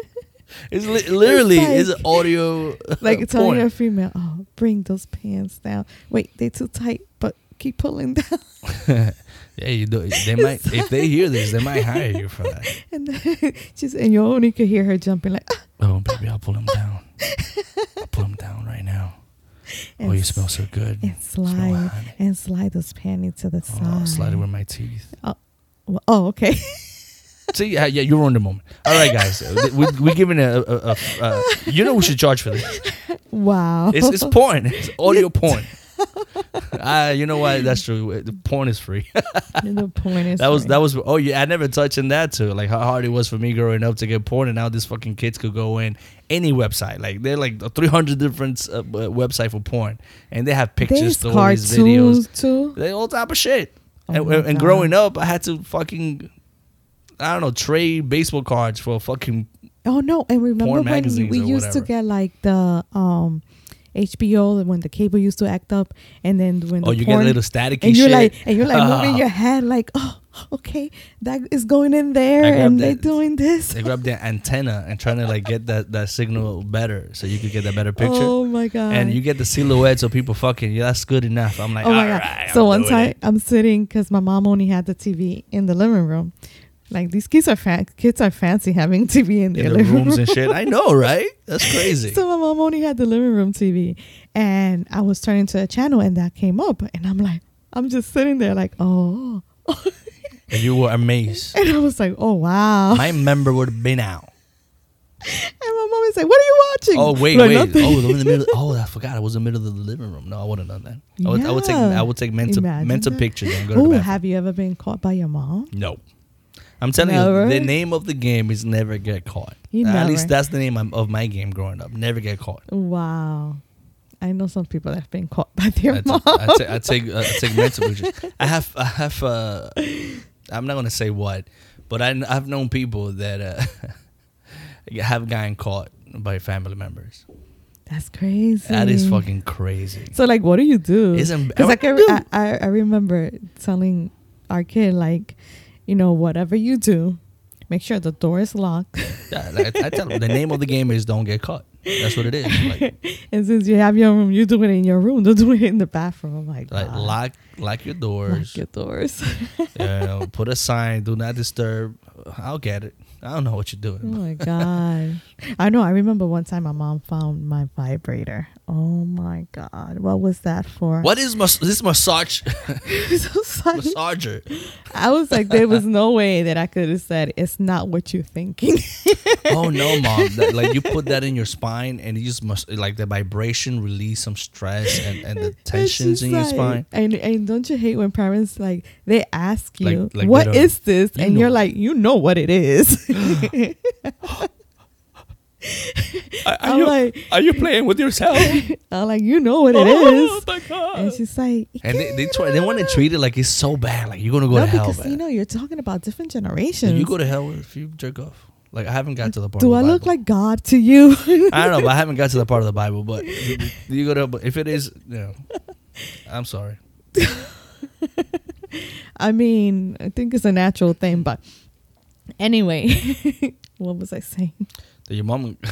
Speaker 4: It's li- literally it's,
Speaker 5: like-
Speaker 4: audio
Speaker 5: like telling
Speaker 4: porn.
Speaker 5: a female oh bring those pants down wait they too tight but keep pulling down
Speaker 4: yeah, you do. They might if they hear this, they might hire you for that.
Speaker 5: And then she's and you only could hear her jumping like
Speaker 4: Oh, baby, I'll pull him down. I'll pull him down right now. Oh,
Speaker 5: And
Speaker 4: you smell so good.
Speaker 5: and
Speaker 4: Smell
Speaker 5: slide
Speaker 4: honey.
Speaker 5: and slide those panties to the
Speaker 4: Oh,
Speaker 5: side.
Speaker 4: I'll slide it with my teeth.
Speaker 5: Oh, well, oh, okay.
Speaker 4: See, uh, yeah, yeah, you ruined the moment. All right, guys, uh, th- we we giving a, a, a, a you know we should charge for this.
Speaker 5: wow.
Speaker 4: It's, it's porn. It's audio porn. Uh, you know what? That's true. The porn is free.
Speaker 5: the point is
Speaker 4: that was that was. Oh yeah, I never touched on that too. Like how hard it was for me growing up to get porn, and now these fucking kids could go in any website. Like they're like 300 different uh, uh, website for porn, and they have pictures,
Speaker 5: There's
Speaker 4: stories,
Speaker 5: cartoons
Speaker 4: videos.
Speaker 5: too.
Speaker 4: They all type of shit.
Speaker 5: Oh
Speaker 4: and
Speaker 5: my
Speaker 4: and
Speaker 5: God.
Speaker 4: growing up, I had to fucking I don't know trade baseball cards for fucking
Speaker 5: Oh no! And remember
Speaker 4: Porn
Speaker 5: when you-
Speaker 4: magazines
Speaker 5: we
Speaker 4: or
Speaker 5: used to
Speaker 4: whatever.
Speaker 5: get like the um HBO when the cable used to act up, and then when
Speaker 4: Oh,
Speaker 5: the
Speaker 4: you get a
Speaker 5: porn-
Speaker 4: little staticky
Speaker 5: and you're
Speaker 4: shit.
Speaker 5: like and you're like moving your head like oh okay that is going in there
Speaker 4: I grabbed
Speaker 5: and they're
Speaker 4: that-
Speaker 5: doing this.
Speaker 4: They grab their antenna and trying to like get that, that signal better so you could get that better picture.
Speaker 5: Oh my God.
Speaker 4: And you get the silhouettes of people fucking. Yeah, that's good enough. I'm like,
Speaker 5: oh
Speaker 4: all
Speaker 5: my god!
Speaker 4: right,
Speaker 5: so
Speaker 4: I'm
Speaker 5: one
Speaker 4: doing
Speaker 5: time
Speaker 4: it."
Speaker 5: I'm sitting because my mom only had the TV in the living room. Like these kids are fan- kids are fancy having TV in their
Speaker 4: in the
Speaker 5: living
Speaker 4: rooms
Speaker 5: room.
Speaker 4: and shit. I know, right? That's crazy.
Speaker 5: so my mom only had the living room TV, and I was turning to a channel and that came up, and I'm like, I'm just sitting there like, oh,
Speaker 4: and you were amazed.
Speaker 5: and I was like, oh wow.
Speaker 4: My member would have been out.
Speaker 5: and my mom is like, what are you watching?
Speaker 4: Oh wait,
Speaker 5: Like,
Speaker 4: wait.
Speaker 5: nothing.
Speaker 4: Oh, in the middle. Oh, I forgot. I was in the middle of the living room. No, I wouldn't have done that. I would, I would take.
Speaker 5: Yeah.
Speaker 4: I would take mental
Speaker 5: Imagine
Speaker 4: mental
Speaker 5: that.
Speaker 4: pictures and go to the
Speaker 5: Oh,
Speaker 4: bathroom.
Speaker 5: have you ever been caught by your mom?
Speaker 4: No. I'm telling
Speaker 5: Never?
Speaker 4: you, the name of the game is never get caught.
Speaker 5: You
Speaker 4: At
Speaker 5: never.
Speaker 4: least that's the name of- of my game growing up. Never get caught.
Speaker 5: Wow. I know some people that have been caught by their
Speaker 4: I
Speaker 5: mom.
Speaker 4: take I take, I take, uh, I take mental pictures. I have I have uh, I'm not gonna say what, but I kn- I've known people that uh, have gotten caught by family members.
Speaker 5: That's crazy.
Speaker 4: That is fucking crazy.
Speaker 5: So like, what do you do?
Speaker 4: It's emb-
Speaker 5: Because
Speaker 4: what
Speaker 5: I,
Speaker 4: do
Speaker 5: can,
Speaker 4: you
Speaker 5: I, I I remember telling our kid like, you know, whatever you do, make sure the door is locked.
Speaker 4: Yeah, like, I, I tell them the name of the game is don't get caught. That's what it is. Like,
Speaker 5: and since you have your room, you do it in your room. Don't do it in the bathroom. Oh I'm like,
Speaker 4: like
Speaker 5: "Wow."
Speaker 4: lock lock your doors.
Speaker 5: Ah. Lock your doors.
Speaker 4: yeah, put a sign. Do not disturb. I'll get it. I don't know what you're
Speaker 5: Oh
Speaker 4: doing.
Speaker 5: my god! I know. I remember one time my mom found my vibrator. Oh my god! What was that for?
Speaker 4: What is mas- this massage massager?
Speaker 5: I was like, there was no way that I could have said it's not what you're thinking.
Speaker 4: Oh no, mom! That- like you put that in your spine, and you just must like the vibration release some stress and, and the
Speaker 5: It's
Speaker 4: tensions
Speaker 5: just
Speaker 4: in your
Speaker 5: like-
Speaker 4: spine.
Speaker 5: And and don't you hate when parents like they ask
Speaker 4: Like-
Speaker 5: you
Speaker 4: like they
Speaker 5: what
Speaker 4: don't-
Speaker 5: is this,
Speaker 4: You
Speaker 5: and
Speaker 4: know.
Speaker 5: you're like, you know what it is.
Speaker 4: Are,
Speaker 5: I'm you- like-
Speaker 4: are you playing with yourself?
Speaker 5: I'm like, you know what it is.
Speaker 4: Oh, my God.
Speaker 5: And she's like,
Speaker 4: and they they, try, they want to treat it like it's so bad, like you're gonna go
Speaker 5: no,
Speaker 4: to hell.
Speaker 5: because you
Speaker 4: Man.
Speaker 5: know you're talking about different
Speaker 4: Did
Speaker 5: generations.
Speaker 4: you go to hell if you jerk off? Like I haven't got to the part.
Speaker 5: Do
Speaker 4: of
Speaker 5: I
Speaker 4: the
Speaker 5: look like God to you?
Speaker 4: Bible. I don't know, but I haven't got to the part of the Bible. But you, you go to but if it is, you know, I'm sorry.
Speaker 5: I mean, I think it's a natural thing, but anyway, what was I saying?
Speaker 4: That your mom.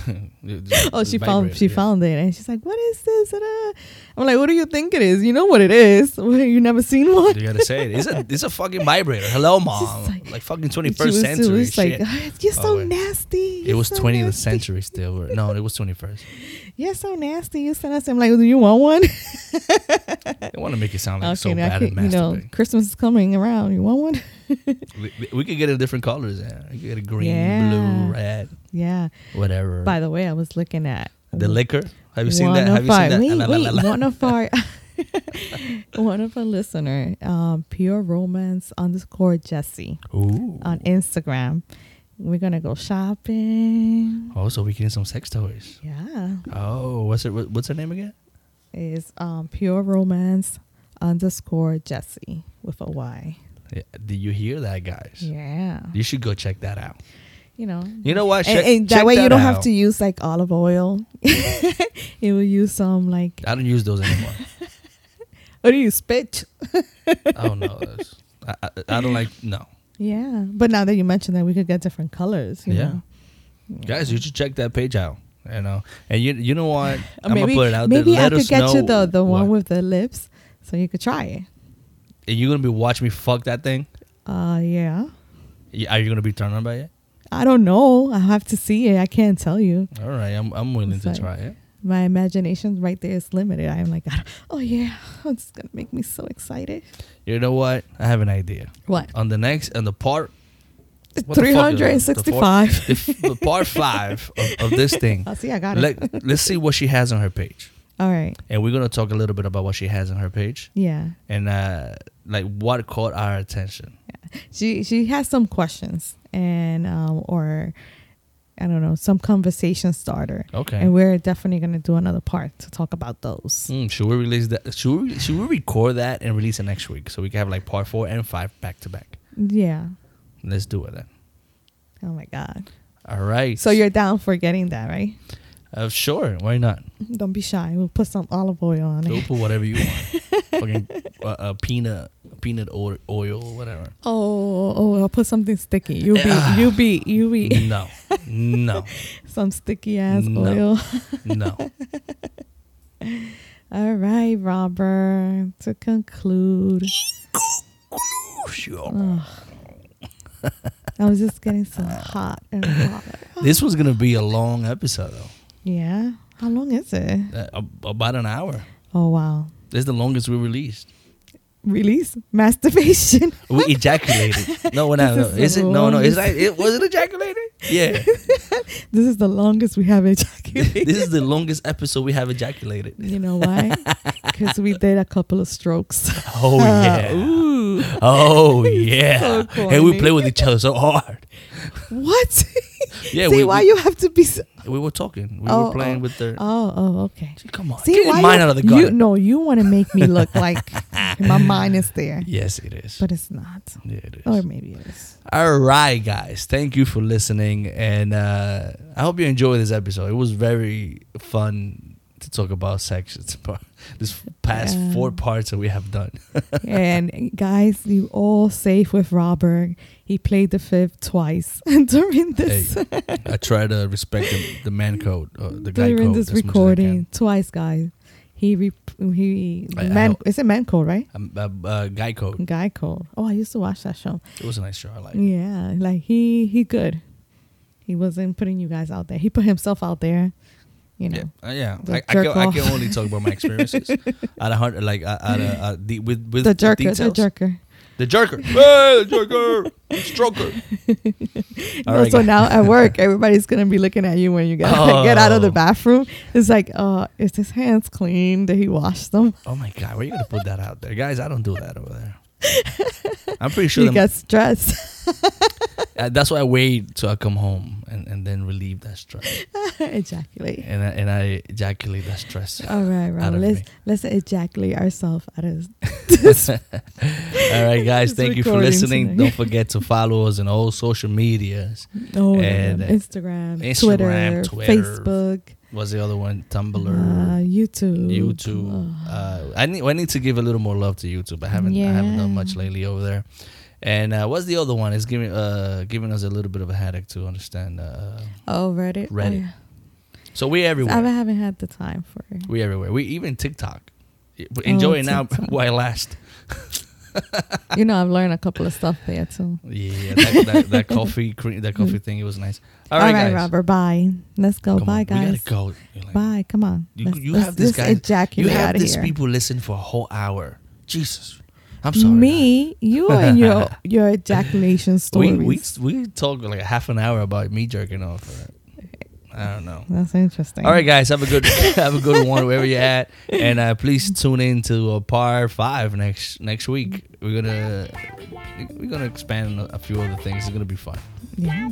Speaker 5: Oh, she
Speaker 4: vibrated,
Speaker 5: found she
Speaker 4: yeah.
Speaker 5: found it, and she's like, "What is this?" Da-da. I'm like, "What do you think it is? You know what it is? What, you never seen one?"
Speaker 4: You gotta say it. It's a it's a fucking vibrator. Hello, mom. Like, fucking twenty first
Speaker 5: She was- she
Speaker 4: century
Speaker 5: was like,
Speaker 4: shit. Oh,
Speaker 5: "Ah, "You're so nasty.
Speaker 4: it was twentieth century still. or- No, it was twenty first.
Speaker 5: You're so nasty." You sent us. I'm like, "Do you want one?"
Speaker 4: They want to make it sound like so
Speaker 5: now I
Speaker 4: bad at
Speaker 5: could- you know,
Speaker 4: masturbate.
Speaker 5: Christmas is coming around. You want one?
Speaker 4: We- we, we could get it different colors. Yeah, you could get a green,
Speaker 5: Yeah.
Speaker 4: blue, red.
Speaker 5: Yeah.
Speaker 4: Whatever.
Speaker 5: By the way, I was looking at
Speaker 4: the liquor. Have you seen that? Have you
Speaker 5: 105.
Speaker 4: seen that?
Speaker 5: Wait,
Speaker 4: La, la,
Speaker 5: wait.
Speaker 4: la, la, la.
Speaker 5: One of our one of our listener, um, pure romance underscore Jesse
Speaker 4: Ooh.
Speaker 5: on Instagram. We're gonna go shopping.
Speaker 4: Oh, so we can get some sex toys.
Speaker 5: Yeah.
Speaker 4: Oh, what's her what's her name again?
Speaker 5: Is um pure romance underscore Jesse with a Y.
Speaker 4: Yeah. Did you hear that, guys?
Speaker 5: Yeah.
Speaker 4: You should go check that out.
Speaker 5: You know.
Speaker 4: You know what?
Speaker 5: And,
Speaker 4: Check-
Speaker 5: and that
Speaker 4: check
Speaker 5: way you
Speaker 4: that
Speaker 5: don't have
Speaker 4: out.
Speaker 5: to use like olive oil. you will use some like
Speaker 4: I don't use those anymore.
Speaker 5: what do you spit?
Speaker 4: I don't know. That's- I, I, I don't like no.
Speaker 5: Yeah, but now that you mentioned that, we could get different colors. You
Speaker 4: Yeah.
Speaker 5: know?
Speaker 4: Guys, you should check that page out. You know, and you you know what?
Speaker 5: Or
Speaker 4: I'm gonna
Speaker 5: maybe
Speaker 4: put it out
Speaker 5: maybe
Speaker 4: there.
Speaker 5: I
Speaker 4: Let
Speaker 5: could
Speaker 4: us
Speaker 5: get you
Speaker 4: know-
Speaker 5: the the one with the lips, so you could try it.
Speaker 4: And you're gonna be watching me fuck that thing.
Speaker 5: Uh, yeah.
Speaker 4: Y- Are you gonna be turned on by it?
Speaker 5: I don't know. I have to see it. I can't tell you.
Speaker 4: All right, I'm I'm willing
Speaker 5: It's
Speaker 4: to
Speaker 5: like-
Speaker 4: try it.
Speaker 5: My imagination right there is limited. I'm like, oh yeah, it's gonna make me so excited.
Speaker 4: You know what? I have an idea.
Speaker 5: What?
Speaker 4: On the next on the part Uh, what the fuck is it? The part-
Speaker 5: 365.
Speaker 4: The, f- the part five of, of this thing.
Speaker 5: Oh, see, I got it.
Speaker 4: Let, let's see what she has on her page.
Speaker 5: All right.
Speaker 4: And we're gonna talk a little bit about what she has on her page.
Speaker 5: Yeah.
Speaker 4: And uh like what caught our attention.
Speaker 5: she she has some questions and um or I don't know some conversation starter.
Speaker 4: Okay.
Speaker 5: and we're definitely gonna do another part to talk about those.
Speaker 4: Mm, should we release that? Should we, should we record that and release it next week so we can have like part four and five back to back?
Speaker 5: Yeah.
Speaker 4: Let's do it then.
Speaker 5: Oh my god.
Speaker 4: All right.
Speaker 5: So you're down for getting that, right?
Speaker 4: uh, sure. Why not?
Speaker 5: Don't be shy. We'll put some olive oil on
Speaker 4: Go
Speaker 5: it.
Speaker 4: put whatever you want. Fucking uh, uh, peanut peanut oil, oil or whatever.
Speaker 5: Oh, oh, I'll put something sticky. You be, you be, you be.
Speaker 4: No, no,
Speaker 5: Some sticky ass
Speaker 4: No.
Speaker 5: oil.
Speaker 4: no.
Speaker 5: All right, Robert. To conclude, Ugh. I was just getting so hot and hot.
Speaker 4: This was gonna be a long episode though,
Speaker 5: Yeah. How long is it?
Speaker 4: uh, ab- about an hour.
Speaker 5: Oh wow.
Speaker 4: This is the longest we released.
Speaker 5: Release masturbation.
Speaker 4: We ejaculated. No, we're not. No.
Speaker 5: This is
Speaker 4: Is
Speaker 5: the
Speaker 4: it? No, no. Is
Speaker 5: longest.
Speaker 4: that? It was it ejaculated? Yeah.
Speaker 5: this is the longest we have ejaculated.
Speaker 4: this is the longest episode we have ejaculated.
Speaker 5: you know why? Because we did a couple of strokes.
Speaker 4: Oh yeah.
Speaker 5: Ooh.
Speaker 4: Oh yeah.
Speaker 5: So
Speaker 4: and we
Speaker 5: corny.
Speaker 4: play with each other so hard.
Speaker 5: What?
Speaker 4: Yeah,
Speaker 5: See
Speaker 4: we-
Speaker 5: why
Speaker 4: we-
Speaker 5: you have to be. So-
Speaker 4: We were talking. We
Speaker 5: Oh,
Speaker 4: were playing
Speaker 5: oh.
Speaker 4: with the.
Speaker 5: Oh, oh, okay.
Speaker 4: Come on.
Speaker 5: See
Speaker 4: Get your
Speaker 5: why
Speaker 4: mind
Speaker 5: you,
Speaker 4: out of the
Speaker 5: You,
Speaker 4: gutter.
Speaker 5: no, you want to make me look like my mind is there.
Speaker 4: Yes, it is.
Speaker 5: But it's not.
Speaker 4: Yeah, it is.
Speaker 5: Or maybe it is.
Speaker 4: All right, guys. Thank you for listening, and uh, I hope you enjoyed this episode. It was very fun to talk about sex. It's about this past
Speaker 5: Yeah.
Speaker 4: four parts that we have done.
Speaker 5: and guys, you all safe with Robert. He played the fifth twice during
Speaker 4: hey,
Speaker 5: this.
Speaker 4: I try to respect the, the man code, uh, the guy
Speaker 5: during
Speaker 4: code.
Speaker 5: this
Speaker 4: as much as I can.
Speaker 5: recording twice, guys. He re- he
Speaker 4: I- I
Speaker 5: man.
Speaker 4: hope-
Speaker 5: It's a man code, right?
Speaker 4: Um, uh, uh, guy code.
Speaker 5: Guy code. Oh, I used to watch that show.
Speaker 4: It was a nice show. I like.
Speaker 5: Yeah, like he he good. He wasn't putting you guys out there. He put himself out there. You know.
Speaker 4: Yeah, uh, yeah.
Speaker 5: The
Speaker 4: I, I, can,
Speaker 5: jerk
Speaker 4: I
Speaker 5: off.
Speaker 4: can only talk about my experiences. at a hundred, like at, at, uh, uh, the, with with
Speaker 5: the jerker,
Speaker 4: details.
Speaker 5: the jerker.
Speaker 4: the jerker, hey, the jerker, stroker. All
Speaker 5: No,
Speaker 4: right,
Speaker 5: so
Speaker 4: guys.
Speaker 5: now at work, everybody's gonna be looking at you when you get get out of the
Speaker 4: Oh.
Speaker 5: bathroom. It's like, uh, is his hands clean? Did he wash them?
Speaker 4: Oh my god, where you gonna put that out there, guys? I don't do that over there. I'm pretty sure Uh,
Speaker 5: You
Speaker 4: that-
Speaker 5: get stressed.
Speaker 4: uh, that's why I wait till I come home and, and then relieve that stress.
Speaker 5: ejaculate.
Speaker 4: And I, and I ejaculate that stress.
Speaker 5: All right,
Speaker 4: out
Speaker 5: Rob.
Speaker 4: of
Speaker 5: Let's
Speaker 4: me.
Speaker 5: let's ejaculate ourselves out of
Speaker 4: All right, guys.
Speaker 5: It's
Speaker 4: Thank you for
Speaker 5: recording
Speaker 4: listening.
Speaker 5: tonight.
Speaker 4: Don't forget to follow us on all social medias.
Speaker 5: oh,
Speaker 4: And, uh,
Speaker 5: Instagram, Twitter,
Speaker 4: Instagram, Twitter,
Speaker 5: Facebook,
Speaker 4: What's the other one? Tumblr,
Speaker 5: uh, YouTube.
Speaker 4: YouTube. Uh, I need I need to give a little more love to YouTube. I haven't I haven't done
Speaker 5: Yeah.
Speaker 4: much lately over there. And uh, what's the other one? It's giving uh giving us a little bit of a headache to understand. Uh,
Speaker 5: Oh, Reddit. Oh,
Speaker 4: Reddit.
Speaker 5: yeah.
Speaker 4: so we everywhere.
Speaker 5: I haven't had the time for it.
Speaker 4: We everywhere. We even TikTok. But
Speaker 5: Oh,
Speaker 4: Enjoy it now
Speaker 5: TikTok.
Speaker 4: while it last.
Speaker 5: you know, I've learned a couple of stuff there too.
Speaker 4: Yeah, that, that, that coffee cre- that coffee thing. It was nice. All right, guys.
Speaker 5: Robert. Bye. Let's go.
Speaker 4: Come on,
Speaker 5: bye,
Speaker 4: we gotta
Speaker 5: guys.
Speaker 4: go. You're
Speaker 5: Bye. Come on.
Speaker 4: You,
Speaker 5: Let's-
Speaker 4: you
Speaker 5: let's-
Speaker 4: have this
Speaker 5: let's
Speaker 4: guy.
Speaker 5: Ejaculate
Speaker 4: you have
Speaker 5: out of
Speaker 4: this
Speaker 5: here.
Speaker 4: people listen for a whole hour. Jesus, I'm sorry.
Speaker 5: Me, you, and your your ejaculation
Speaker 4: We
Speaker 5: stories.
Speaker 4: we we talked like a half an hour about me jerking off. right? I don't know.
Speaker 5: That's interesting.
Speaker 4: All right, guys, have a good have a good one wherever you're at, and uh, please tune in to uh, par five next next week. We're gonna we're gonna expand on a few other things. It's gonna be fun.
Speaker 5: Yeah.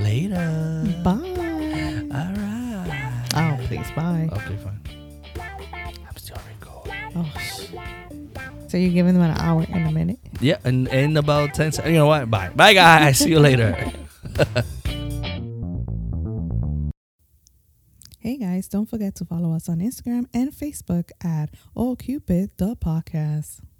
Speaker 4: Later.
Speaker 5: Bye. All
Speaker 4: right.
Speaker 5: Oh, please. Bye.
Speaker 4: Okay, fine. I'm still recording.
Speaker 5: Oh. sh- So you're giving them an hour and a minute.
Speaker 4: Yeah, and in about ten. se- You know what? Bye, bye, guys. See you later.
Speaker 5: Hey guys, don't forget to follow us on Instagram and Facebook at All Cupid the Podcast.